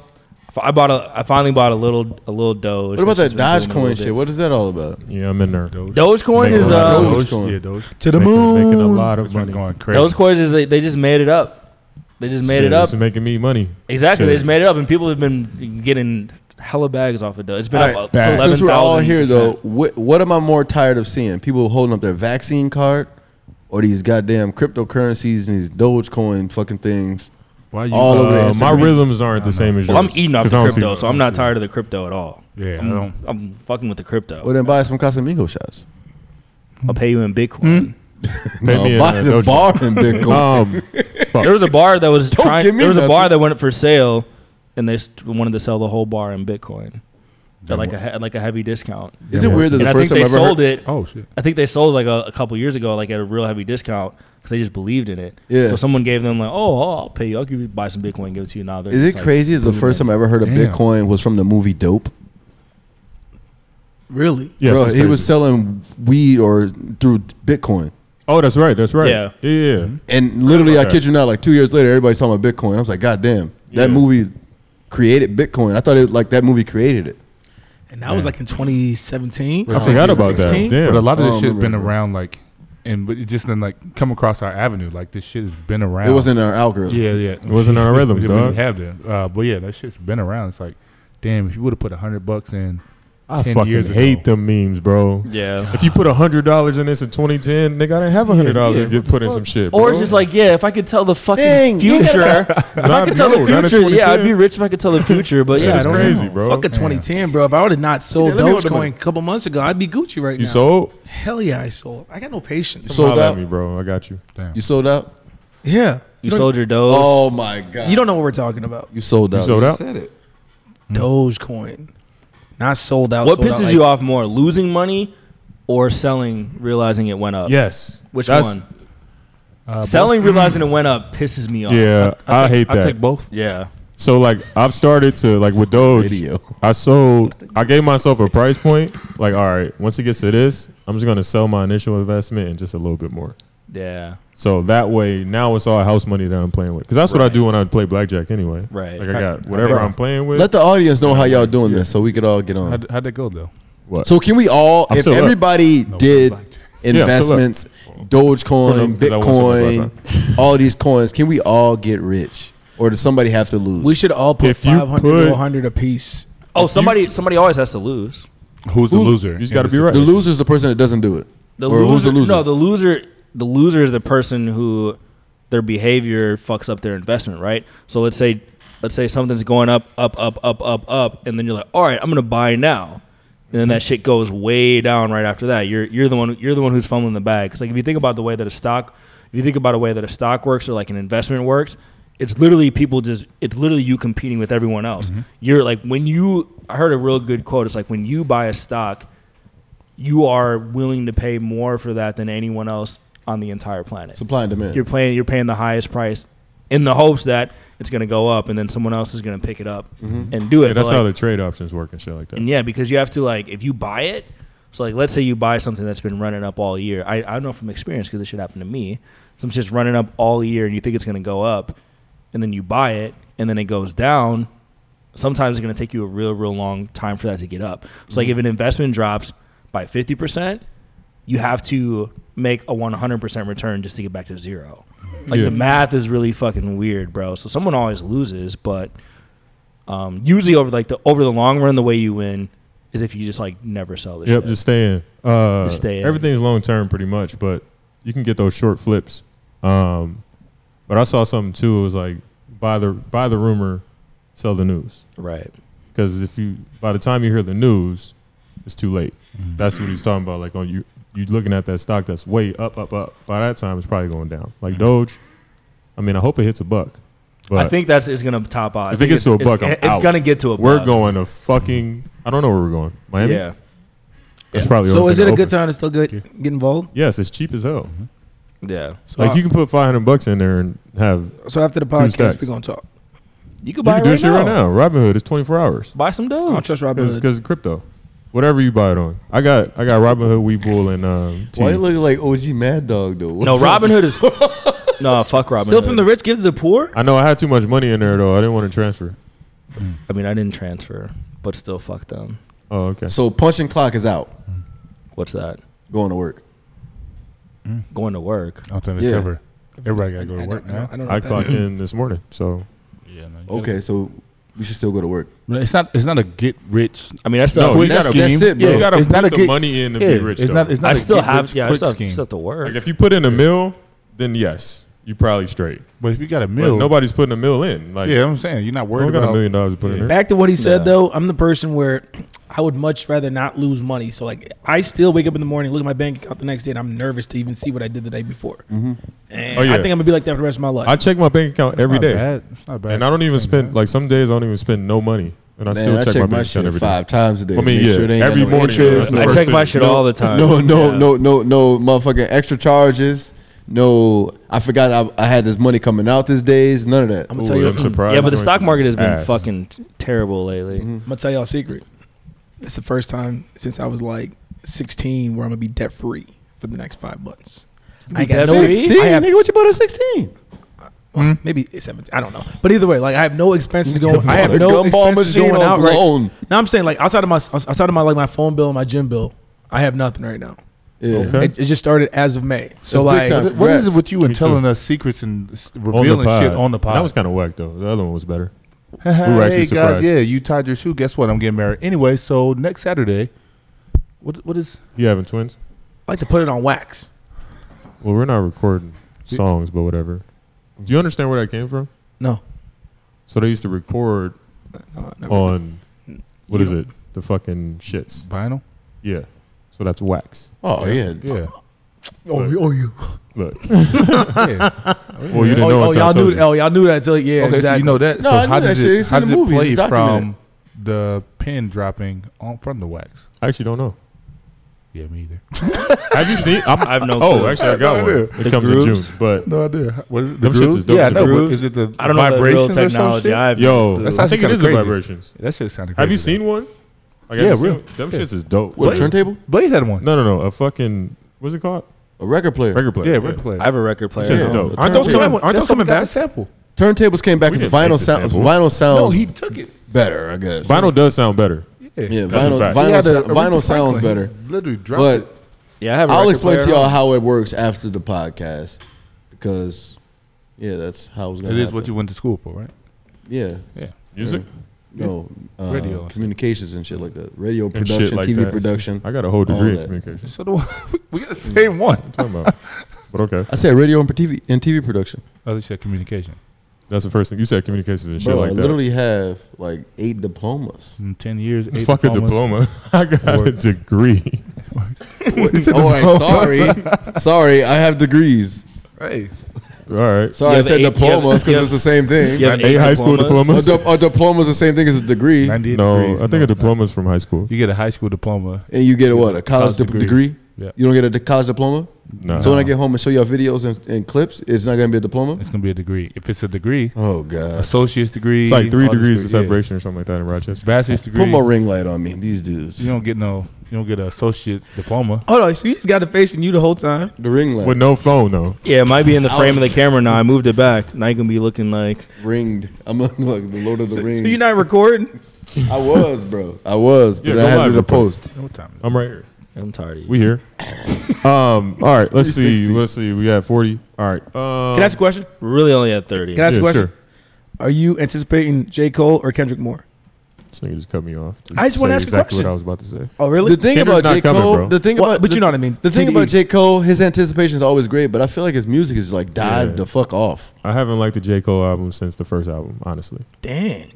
Speaker 4: F- I bought a I finally bought a little a little Doge.
Speaker 7: what about that
Speaker 4: shit's been booming a little
Speaker 7: Dogecoin
Speaker 4: bit.
Speaker 7: shit? What is that all about?
Speaker 5: Yeah, I'm in there.
Speaker 4: Dogecoin
Speaker 5: Make
Speaker 4: is
Speaker 5: a lot
Speaker 4: uh,
Speaker 5: of
Speaker 8: Doge,
Speaker 7: Dogecoin.
Speaker 8: yeah, Doge.
Speaker 6: To the
Speaker 5: Making- Making a
Speaker 6: moon.
Speaker 5: lot of
Speaker 8: It's been
Speaker 5: money.
Speaker 8: going crazy.
Speaker 4: Dogecoin is they, they just made it up. They just made it
Speaker 5: Shit,
Speaker 4: up.
Speaker 5: It's making me money.
Speaker 4: Exactly, they
Speaker 5: Shit.
Speaker 4: just made it up, and people have been getting hella bags off of Doge. It's been
Speaker 7: All
Speaker 4: up
Speaker 7: right,
Speaker 4: uh, eleven
Speaker 7: so
Speaker 4: thousand.
Speaker 7: since we're all here though, what, what am I more tired of seeing? People holding up their vaccine card or these goddamn cryptocurrencies and these Dogecoin fucking things
Speaker 8: Why you
Speaker 7: All over the
Speaker 5: Uh, my
Speaker 7: Instagram.
Speaker 5: rhythms aren't the same as yours.
Speaker 4: Well, I'm eating off
Speaker 5: 'cause
Speaker 4: the
Speaker 5: I don't see
Speaker 4: crypto,
Speaker 5: mine.
Speaker 4: so I'm not tired of the crypto at all.
Speaker 8: Yeah, I
Speaker 4: I'm,
Speaker 8: don't-
Speaker 4: I'm fucking with the crypto.
Speaker 7: Well, then buy some Casamigos shots.
Speaker 4: I'll pay you in
Speaker 7: Hmm?
Speaker 4: Bitcoin.
Speaker 5: Pay me
Speaker 7: Uh,
Speaker 5: in,
Speaker 7: buy
Speaker 5: uh,
Speaker 7: the
Speaker 5: Dogecoin.
Speaker 7: bar in Bitcoin.
Speaker 5: Um,
Speaker 4: There was a bar that was
Speaker 7: Don't
Speaker 4: trying.
Speaker 7: give me
Speaker 4: There was a bar
Speaker 7: nothing.
Speaker 4: that went up for sale, and they st- wanted to sell the whole bar in Bitcoin at like a he- at like a heavy discount.
Speaker 7: Is it weird that
Speaker 4: And
Speaker 7: the
Speaker 4: I think
Speaker 7: first time
Speaker 4: they
Speaker 7: I ever
Speaker 4: sold
Speaker 7: heard,
Speaker 4: it.
Speaker 8: Oh shit.
Speaker 4: I think they sold like a, a couple years ago, like at a real heavy discount because they just believed in it.
Speaker 7: Yeah.
Speaker 4: So someone gave them like, oh, oh, I'll pay you. I'll give you buy some Bitcoin, give it to you now. They're
Speaker 7: Is
Speaker 4: just,
Speaker 7: it
Speaker 4: like,
Speaker 7: crazy that the first time I ever heard of
Speaker 8: Damn.
Speaker 7: Bitcoin was from the movie Dope?
Speaker 6: Really?
Speaker 5: yes,
Speaker 7: Bro,
Speaker 5: it's
Speaker 7: he was
Speaker 5: crazy.
Speaker 7: selling weed or through Bitcoin.
Speaker 5: Oh, that's right. That's right.
Speaker 4: Yeah.
Speaker 5: Yeah, yeah. yeah.
Speaker 7: And literally, I
Speaker 5: Okay.
Speaker 7: kid you not, like two years later, everybody's talking about Bitcoin. I was like, God damn, that movie created Bitcoin. I thought it was like that movie created it.
Speaker 6: And that was like in 2017.
Speaker 5: I forgot about that.
Speaker 6: 16?
Speaker 5: Damn.
Speaker 8: But a lot of
Speaker 7: I
Speaker 8: this
Speaker 7: don't
Speaker 8: shit's been
Speaker 7: remember.
Speaker 8: around like, and but it just didn't like come across our avenue. Like this shit has been around.
Speaker 7: It wasn't in our algorithm.
Speaker 8: Yeah, yeah. It
Speaker 5: wasn't in our rhythms, dog.
Speaker 8: have that. Uh, but yeah, that shit's been around. It's like, damn, if you would have put a hundred bucks in,
Speaker 5: I
Speaker 8: 10
Speaker 5: fucking
Speaker 8: years ago.
Speaker 5: hate them memes, bro.
Speaker 4: Yeah.
Speaker 5: If you put hundred dollars in this in 2010, nigga, I didn't have hundred dollars
Speaker 8: yeah,
Speaker 5: to get put in some shit.
Speaker 4: Or
Speaker 5: bro.
Speaker 4: it's just like, yeah, if I could tell the fucking
Speaker 7: Dang, you
Speaker 4: future, if I
Speaker 5: Not-
Speaker 4: could tell
Speaker 5: no,
Speaker 4: the
Speaker 5: not in
Speaker 4: future, yeah, I'd
Speaker 5: 2010.
Speaker 4: be rich if I could tell the future. But
Speaker 5: shit
Speaker 4: yeah, I
Speaker 5: is
Speaker 4: don't
Speaker 5: crazy,
Speaker 4: know.
Speaker 5: bro.
Speaker 6: Fuck a 2010, bro. If I would have not sold
Speaker 5: said, "Let me hold the money."
Speaker 6: Dogecoin a couple months ago, I'd be Gucci right
Speaker 5: you
Speaker 6: now.
Speaker 5: sold.
Speaker 6: Hell yeah, I sold. I got no patience.
Speaker 7: Sold
Speaker 5: Holla at
Speaker 7: out?
Speaker 5: me, bro. I got you.
Speaker 8: damn.
Speaker 7: You sold out?
Speaker 6: Yeah.
Speaker 4: You sold your doge.
Speaker 7: Oh my God.
Speaker 6: You don't know what we're talking about.
Speaker 7: You sold out.
Speaker 5: sold out?
Speaker 7: said it.
Speaker 6: Dogecoin. Not sold out.
Speaker 4: What
Speaker 6: sold
Speaker 4: pisses
Speaker 6: out,
Speaker 4: you off more, losing money or selling, realizing it went up?
Speaker 5: Yes.
Speaker 4: Which
Speaker 5: That's-
Speaker 4: one?
Speaker 8: uh,
Speaker 4: selling, realizing it went up pisses me off.
Speaker 5: Yeah, I, hate
Speaker 8: Mm-hmm. I
Speaker 5: that.
Speaker 8: take both.
Speaker 4: Yeah.
Speaker 5: So like I've started to like with Doge,
Speaker 7: Video.
Speaker 5: I sold. I gave myself a price point. Like all right, once it gets to this, I'm just gonna sell my initial investment and just a little bit more.
Speaker 4: Yeah.
Speaker 5: So that way, now it's all house money that I'm playing with. Because that's what I do when I play blackjack anyway.
Speaker 4: Right.
Speaker 5: Like I got whatever I'm playing with.
Speaker 7: Let the audience know how y'all doing this so we could all get on.
Speaker 8: How'd, how'd that go though?
Speaker 5: what?
Speaker 7: So can we all,
Speaker 5: I'm
Speaker 7: if
Speaker 5: still up.
Speaker 7: everybody did
Speaker 8: like-
Speaker 5: Yeah, I'm still up.
Speaker 7: investments, Dogecoin,
Speaker 5: Because I won so much last
Speaker 7: Bitcoin, all these coins, can we all get rich? Or does somebody have to lose?
Speaker 6: We should all put
Speaker 5: If you
Speaker 6: 500
Speaker 5: put-
Speaker 6: to 100 a piece.
Speaker 4: Oh, somebody somebody always has to lose.
Speaker 8: Who's the loser?
Speaker 5: you just got to
Speaker 8: in this
Speaker 5: be right.
Speaker 7: The loser's the person that doesn't do it.
Speaker 4: The
Speaker 7: or
Speaker 4: loser,
Speaker 7: who's the loser?
Speaker 4: No, the loser the loser is the person who their behavior fucks up their investment, right? So let's say let's say something's going up, up, up, up, up, up, and then you're like, all right, I'm gonna buy now. And then that shit goes way down right after that. You're you're the one you're the one who's fumbling the bag. Because like if you think about the way that a stock if you think about a way that a stock works or like an investment works, it's literally people just it's literally you competing with everyone else.
Speaker 7: Mm-hmm.
Speaker 4: You're like when you I heard a real good quote, it's like when you buy a stock, you are willing to pay more for that than anyone else on the entire planet.
Speaker 7: Supply and demand.
Speaker 4: You're playing. You're paying the highest price in the hopes that it's going to go up, and then someone else is going to pick it up and do it.
Speaker 5: Mm-hmm. Yeah, that's
Speaker 4: But,
Speaker 5: how
Speaker 4: like-
Speaker 5: the trade options work and shit like that.
Speaker 4: and yeah, because you have to like if you buy it. So like, let's say you buy something that's been running up all year. I I know from experience because this shit happened to me. Some shit's running up all year, and you think it's going to go up, and then you buy it, and then it goes down. Sometimes it's going to take you a real, real long time for that to get up. So like,
Speaker 5: Mm-hmm.
Speaker 4: if an investment drops by fifty percent, you have to make a 100% return just to get back to zero. Like
Speaker 5: Yeah.
Speaker 4: the math is really fucking weird, bro. So someone always loses, but um, usually over like the over the long run, the way you win is if you just like never sell the
Speaker 5: Yep,
Speaker 4: shit.
Speaker 5: just stay in. Uh,
Speaker 4: Just stay in.
Speaker 5: Everything's long term, pretty much, but you can get those short flips. Um, but I saw something too. It was like buy the buy the rumor, sell the news.
Speaker 4: right.
Speaker 5: Because if you by the time you hear the news, it's too late.
Speaker 4: Mm-hmm.
Speaker 5: That's what he's talking about. Like on you, you looking at that stock that's way up, up, up. By that time, it's probably going down. Like Doge. I mean, I hope it hits a buck.
Speaker 4: Mm-hmm.
Speaker 5: But
Speaker 4: I think that's it's gonna top out. I
Speaker 5: If it gets to a buck, I'm
Speaker 4: it's, it's
Speaker 5: out.
Speaker 4: gonna get to a buck.
Speaker 5: we're going to fucking. I don't know where we're going. Miami.
Speaker 4: Yeah.
Speaker 5: That's probably. the
Speaker 6: So
Speaker 5: only
Speaker 6: is
Speaker 5: thing
Speaker 6: it a
Speaker 5: I
Speaker 6: good
Speaker 5: open.
Speaker 6: time to still get, get involved?
Speaker 5: Yes, it's cheap as hell.
Speaker 8: Mm-hmm.
Speaker 4: Yeah.
Speaker 6: So,
Speaker 5: Like
Speaker 6: I-
Speaker 5: you can put five hundred bucks in there and have
Speaker 6: so after the
Speaker 5: stacks.
Speaker 6: podcast, we're going to talk.
Speaker 4: You could
Speaker 5: you
Speaker 4: buy
Speaker 5: can
Speaker 4: it
Speaker 5: do
Speaker 4: right,
Speaker 5: shit
Speaker 4: now.
Speaker 5: right now. Robinhood is twenty four hours
Speaker 4: Buy some
Speaker 6: I don't
Speaker 4: doge.
Speaker 6: trust Robin Hood.
Speaker 5: because crypto, whatever you buy it on. I got I got Robinhood, Webull, and um. T.
Speaker 7: Why you look like OG Mad Dog though?
Speaker 4: No,
Speaker 7: What's up?
Speaker 4: Robin Hood is No, fuck Robin
Speaker 6: Still
Speaker 4: Hood.
Speaker 6: from the rich, give to the poor?
Speaker 5: I know I had too much money in there though. I didn't want to transfer.
Speaker 4: I mean I didn't transfer, but still fuck them.
Speaker 5: Oh okay.
Speaker 7: So punching clock is out.
Speaker 4: What's that?
Speaker 7: Going to work.
Speaker 4: Going to work.
Speaker 8: I don't think it's
Speaker 7: Yeah.
Speaker 8: ever. Everybody got to go to work
Speaker 6: I don't,
Speaker 8: now.
Speaker 6: I don't know.
Speaker 5: I
Speaker 6: if that-
Speaker 5: clocked in this morning. So
Speaker 8: Yeah, no, you gotta-
Speaker 7: Okay, so we should still go to work.
Speaker 8: It's not. It's not a get rich.
Speaker 4: I mean I still
Speaker 5: No,
Speaker 4: have
Speaker 5: you
Speaker 4: to-
Speaker 7: That's-
Speaker 5: gotta-
Speaker 7: that's it, bro.
Speaker 5: You gotta
Speaker 8: it's
Speaker 5: put
Speaker 8: not a
Speaker 5: the
Speaker 8: get-
Speaker 5: money in to be
Speaker 8: yeah,
Speaker 5: rich.
Speaker 8: It's
Speaker 5: though.
Speaker 8: not. It's not.
Speaker 4: I
Speaker 8: a
Speaker 4: still
Speaker 8: get
Speaker 4: have
Speaker 8: rich
Speaker 4: yeah, I
Speaker 8: quick
Speaker 4: still have,
Speaker 8: scheme.
Speaker 4: still have to work.
Speaker 5: like if you put in a mill, then yes, you probably straight.
Speaker 8: But if you got a
Speaker 5: But
Speaker 8: mill,
Speaker 5: nobody's putting a mill in. Like,
Speaker 8: Yeah, I'm saying you're not
Speaker 5: I
Speaker 8: worried
Speaker 5: don't got
Speaker 8: about
Speaker 5: a million dollars to put in there.
Speaker 6: Back to what he said
Speaker 4: Yeah.
Speaker 6: though, I'm the person where I would much rather not lose money. So like, I still wake up in the morning, look at my bank account the next day, and I'm nervous to even see what I did the day before. And
Speaker 5: Oh,
Speaker 6: I
Speaker 5: yeah.
Speaker 6: think I'm gonna be like that for the rest of my life.
Speaker 5: I check my bank account every
Speaker 8: Not
Speaker 5: day,
Speaker 8: bad. It's not bad.
Speaker 5: and I don't even spend like some days I don't even spend no money, and I
Speaker 7: Man,
Speaker 5: still
Speaker 7: I
Speaker 5: check,
Speaker 7: check
Speaker 5: my
Speaker 7: my
Speaker 5: bank
Speaker 7: shit
Speaker 5: account every day.
Speaker 7: five times a day. to
Speaker 5: mean,
Speaker 7: make
Speaker 5: yeah,
Speaker 7: sure they ain't got
Speaker 5: every
Speaker 7: no
Speaker 5: morning,
Speaker 7: interest,
Speaker 5: that's the
Speaker 4: I
Speaker 7: no-
Speaker 5: first
Speaker 4: check my
Speaker 5: thing.
Speaker 4: shit all the time.
Speaker 7: No, no,
Speaker 4: Yeah.
Speaker 7: no, no, no, motherfucking extra charges. No, I forgot I, I had this money coming out these days. None of that.
Speaker 6: I'm gonna tell you,
Speaker 5: I'm surprised.
Speaker 4: Yeah, but the stock market has been
Speaker 5: Ass.
Speaker 4: fucking t- terrible lately.
Speaker 6: I'm gonna tell y'all a secret. It's the first time since I was like 16 where I'm gonna be debt free for the next five months. I got no.
Speaker 4: debt-free?
Speaker 6: I have
Speaker 7: nigga, what you bought at sixteen?
Speaker 6: maybe it's 17. I don't know. But either way, like I have no expenses going. I have
Speaker 7: Bought a
Speaker 6: no
Speaker 7: gumball
Speaker 6: expenses
Speaker 7: machine
Speaker 6: going
Speaker 7: on
Speaker 6: out right.
Speaker 7: loan.
Speaker 6: Now I'm saying like outside of my outside of my like my phone bill and my gym bill, I have nothing right now.
Speaker 7: Yeah.
Speaker 5: Okay.
Speaker 6: It, it just started as of May. So
Speaker 7: That's big
Speaker 6: like
Speaker 7: time.
Speaker 8: What- what is it with you and
Speaker 5: Me too.
Speaker 8: telling us secrets and s-
Speaker 5: On the
Speaker 8: revealing shit on the pod?
Speaker 5: That was kind of whack though. The other one was better.
Speaker 8: hey,
Speaker 5: were actually surprised.
Speaker 8: guys, yeah, you tied your shoe. Guess what? I'm getting married anyway. So next Saturday, what what is?
Speaker 5: You having twins?
Speaker 6: I like to put it on wax.
Speaker 5: Well, we're not recording songs, but whatever. Do you understand where that came from?
Speaker 6: No.
Speaker 5: So they used to record
Speaker 4: Uh,
Speaker 6: No, never.
Speaker 5: on what
Speaker 6: You
Speaker 5: is it? The fucking shits.
Speaker 8: Vinyl.
Speaker 5: Yeah. So that's wax.
Speaker 7: Oh yeah.
Speaker 8: Yeah.
Speaker 6: oh, you- oh, you.
Speaker 5: Look. well, you didn't
Speaker 6: Oh,
Speaker 5: know
Speaker 6: oh,
Speaker 5: until I
Speaker 6: y'all
Speaker 5: told
Speaker 6: knew.
Speaker 5: you.
Speaker 6: Oh, y'all knew that until yeah.
Speaker 8: okay, so
Speaker 6: exactly.
Speaker 8: you know that.
Speaker 7: No,
Speaker 8: so
Speaker 7: I
Speaker 8: how
Speaker 7: knew
Speaker 8: does
Speaker 7: that shit.
Speaker 8: it,
Speaker 7: It's
Speaker 8: how
Speaker 7: in
Speaker 8: does
Speaker 7: the
Speaker 8: it
Speaker 7: movies.
Speaker 8: play
Speaker 7: It's
Speaker 8: from
Speaker 7: documented.
Speaker 8: the pin dropping on from the wax?
Speaker 5: I actually don't know.
Speaker 8: Yeah, me either.
Speaker 5: Have you seen? I'm,
Speaker 4: I have no
Speaker 5: oh,
Speaker 4: clue.
Speaker 5: actually, I got
Speaker 8: no
Speaker 5: one.
Speaker 8: idea.
Speaker 5: It
Speaker 4: The
Speaker 5: comes
Speaker 4: grooves?
Speaker 5: in June, but
Speaker 8: No idea. What is it?
Speaker 5: Them shits
Speaker 8: grooves?
Speaker 5: is dope
Speaker 8: yeah, I
Speaker 5: too.
Speaker 8: know, but
Speaker 4: Grooves?
Speaker 8: is it the
Speaker 4: I don't know the real
Speaker 8: vibrations or some
Speaker 4: technology.
Speaker 8: shit?
Speaker 4: I have
Speaker 5: yo,
Speaker 8: That's
Speaker 5: I
Speaker 8: actually
Speaker 5: think it
Speaker 8: kinda
Speaker 5: is the
Speaker 8: crazy.
Speaker 5: vibrations.
Speaker 8: That shit sounded crazy.
Speaker 5: Have you seen one? Like,
Speaker 8: Yeah,
Speaker 5: have you
Speaker 8: real.
Speaker 5: seen- Them
Speaker 8: Yeah.
Speaker 5: shits is dope.
Speaker 7: What
Speaker 5: Like,
Speaker 7: a turntable?
Speaker 8: Blade had one.
Speaker 5: No, no, no. A fucking what's it called?
Speaker 7: A record player.
Speaker 5: Record player.
Speaker 8: Yeah, Red Player.
Speaker 4: I have a record player.
Speaker 5: This is
Speaker 4: at
Speaker 5: dope.
Speaker 4: home.
Speaker 6: Aren't those
Speaker 7: Yeah.
Speaker 6: coming? Aren't
Speaker 8: That's
Speaker 6: those coming
Speaker 8: why we got the
Speaker 6: back?
Speaker 8: sample.
Speaker 7: Turntables came back
Speaker 5: We
Speaker 7: as
Speaker 5: didn't make
Speaker 7: vinyl
Speaker 5: the
Speaker 7: sound.
Speaker 5: sample.
Speaker 7: Vinyl sound.
Speaker 5: Oh.
Speaker 8: No, he took it.
Speaker 7: better, I guess.
Speaker 5: Vinyl does sound better.
Speaker 7: Yeah,
Speaker 5: That's a
Speaker 7: vinyl.
Speaker 5: fact.
Speaker 8: He
Speaker 7: Vinyl,
Speaker 8: had a
Speaker 7: sound- vinyl
Speaker 8: Aretha
Speaker 7: sounds
Speaker 8: Franklin.
Speaker 7: better.
Speaker 8: Literally dropped
Speaker 7: But
Speaker 8: it.
Speaker 4: Yeah, I have. A
Speaker 7: I'll
Speaker 4: record
Speaker 7: explain
Speaker 4: player
Speaker 7: to
Speaker 4: at
Speaker 7: y'all
Speaker 4: home.
Speaker 7: how it works after the podcast because, yeah, that's how it's gonna.
Speaker 8: It is
Speaker 7: happen.
Speaker 8: what you went to school for, right?
Speaker 7: Yeah.
Speaker 8: Yeah.
Speaker 5: Music
Speaker 7: No. Uh,
Speaker 8: Radio.
Speaker 7: Communications and shit like that. Radio
Speaker 5: and
Speaker 7: production,
Speaker 5: shit like
Speaker 7: TV
Speaker 5: that.
Speaker 7: production.
Speaker 5: I got a whole
Speaker 7: all
Speaker 5: degree in
Speaker 7: that.
Speaker 5: communication.
Speaker 8: So do I. we got the same one.
Speaker 5: What are you talking about? But okay,
Speaker 7: I said radio and TV and TV production.
Speaker 8: Oh, they said communication.
Speaker 5: that's the first thing you said. Communications and shit
Speaker 7: Bro,
Speaker 5: like
Speaker 7: I
Speaker 5: that.
Speaker 7: literally have like eight diplomas.
Speaker 8: In ten years, eight
Speaker 5: Fuck a diploma.
Speaker 8: diplomas.
Speaker 5: I got a degree.
Speaker 7: All right, Oh, sorry, sorry, I have degrees.
Speaker 8: Hey,
Speaker 5: All right.
Speaker 7: Sorry,
Speaker 4: You
Speaker 7: I
Speaker 4: have
Speaker 7: said
Speaker 4: eight- you
Speaker 7: diplomas
Speaker 4: have- you
Speaker 7: because it's the same thing.
Speaker 4: You have
Speaker 5: Eight high school
Speaker 7: A,
Speaker 5: diplomas?
Speaker 7: di- a diploma is the same thing as a degree, and
Speaker 8: ninety-eight
Speaker 5: No,
Speaker 8: degrees.
Speaker 5: I think a diploma is from high school.
Speaker 8: You get a high school diploma.
Speaker 7: you get a what? A college,
Speaker 8: College
Speaker 7: dip-
Speaker 8: degree.
Speaker 7: degree.
Speaker 8: Yeah.
Speaker 7: You don't get a di- college diploma.
Speaker 5: No.
Speaker 7: So when I get home and show y'all videos and, and clips, it's not gonna be a diploma.
Speaker 8: It's gonna be a degree. If it's a degree,
Speaker 7: Oh god.
Speaker 8: associate's degree.
Speaker 5: it's like three
Speaker 8: all this
Speaker 5: degrees of
Speaker 8: degree, yeah.
Speaker 5: separation or something like that in Rochester.
Speaker 8: Bachelor's degree.
Speaker 7: Put more ring light on me. These dudes.
Speaker 8: You don't get no. You don't get an associate's diploma.
Speaker 6: Hold on. So you just got it facing you the whole time.
Speaker 7: the ring light
Speaker 5: With no phone though.
Speaker 4: Yeah, it might be in the frame of the camera now. I moved it back. Now you can be looking like
Speaker 7: ringed. I'm like the Lord of the Rings.
Speaker 6: So you're not recording.
Speaker 7: I was, bro. I was, but
Speaker 5: Yeah, go
Speaker 7: I had
Speaker 5: live
Speaker 7: to do
Speaker 5: real
Speaker 7: the
Speaker 5: quick.
Speaker 7: post.
Speaker 8: No time. is it?
Speaker 5: I'm right here.
Speaker 4: I'm tired of you.
Speaker 5: We here. Um. All right. Let's see.
Speaker 7: 360.
Speaker 5: Let's see. We have forty. All right. Um,
Speaker 6: Can I ask a question?
Speaker 4: We're really only at thirty.
Speaker 6: Can I ask
Speaker 5: yeah,
Speaker 6: a question?
Speaker 5: sure.
Speaker 6: Are you anticipating J. Cole or Kendrick Moore?
Speaker 5: This nigga just cut me off.
Speaker 6: I just wanna
Speaker 5: say
Speaker 6: ask a
Speaker 5: exactly
Speaker 6: question.
Speaker 5: What I was about to say.
Speaker 6: Oh, really?
Speaker 7: The thing
Speaker 5: Kendrick's
Speaker 7: about
Speaker 5: not
Speaker 7: J.
Speaker 5: coming,
Speaker 7: Cole,
Speaker 5: bro.
Speaker 7: the thing
Speaker 6: Well,
Speaker 7: about
Speaker 6: but you
Speaker 7: the-
Speaker 6: know what I mean.
Speaker 7: The thing
Speaker 6: Take it
Speaker 7: about
Speaker 6: easy.
Speaker 7: J. Cole, his anticipation is always great, but I feel like his music is like died
Speaker 5: Yeah.
Speaker 7: the fuck off.
Speaker 5: I haven't liked the J Cole album since the first album. Honestly,
Speaker 6: Dang.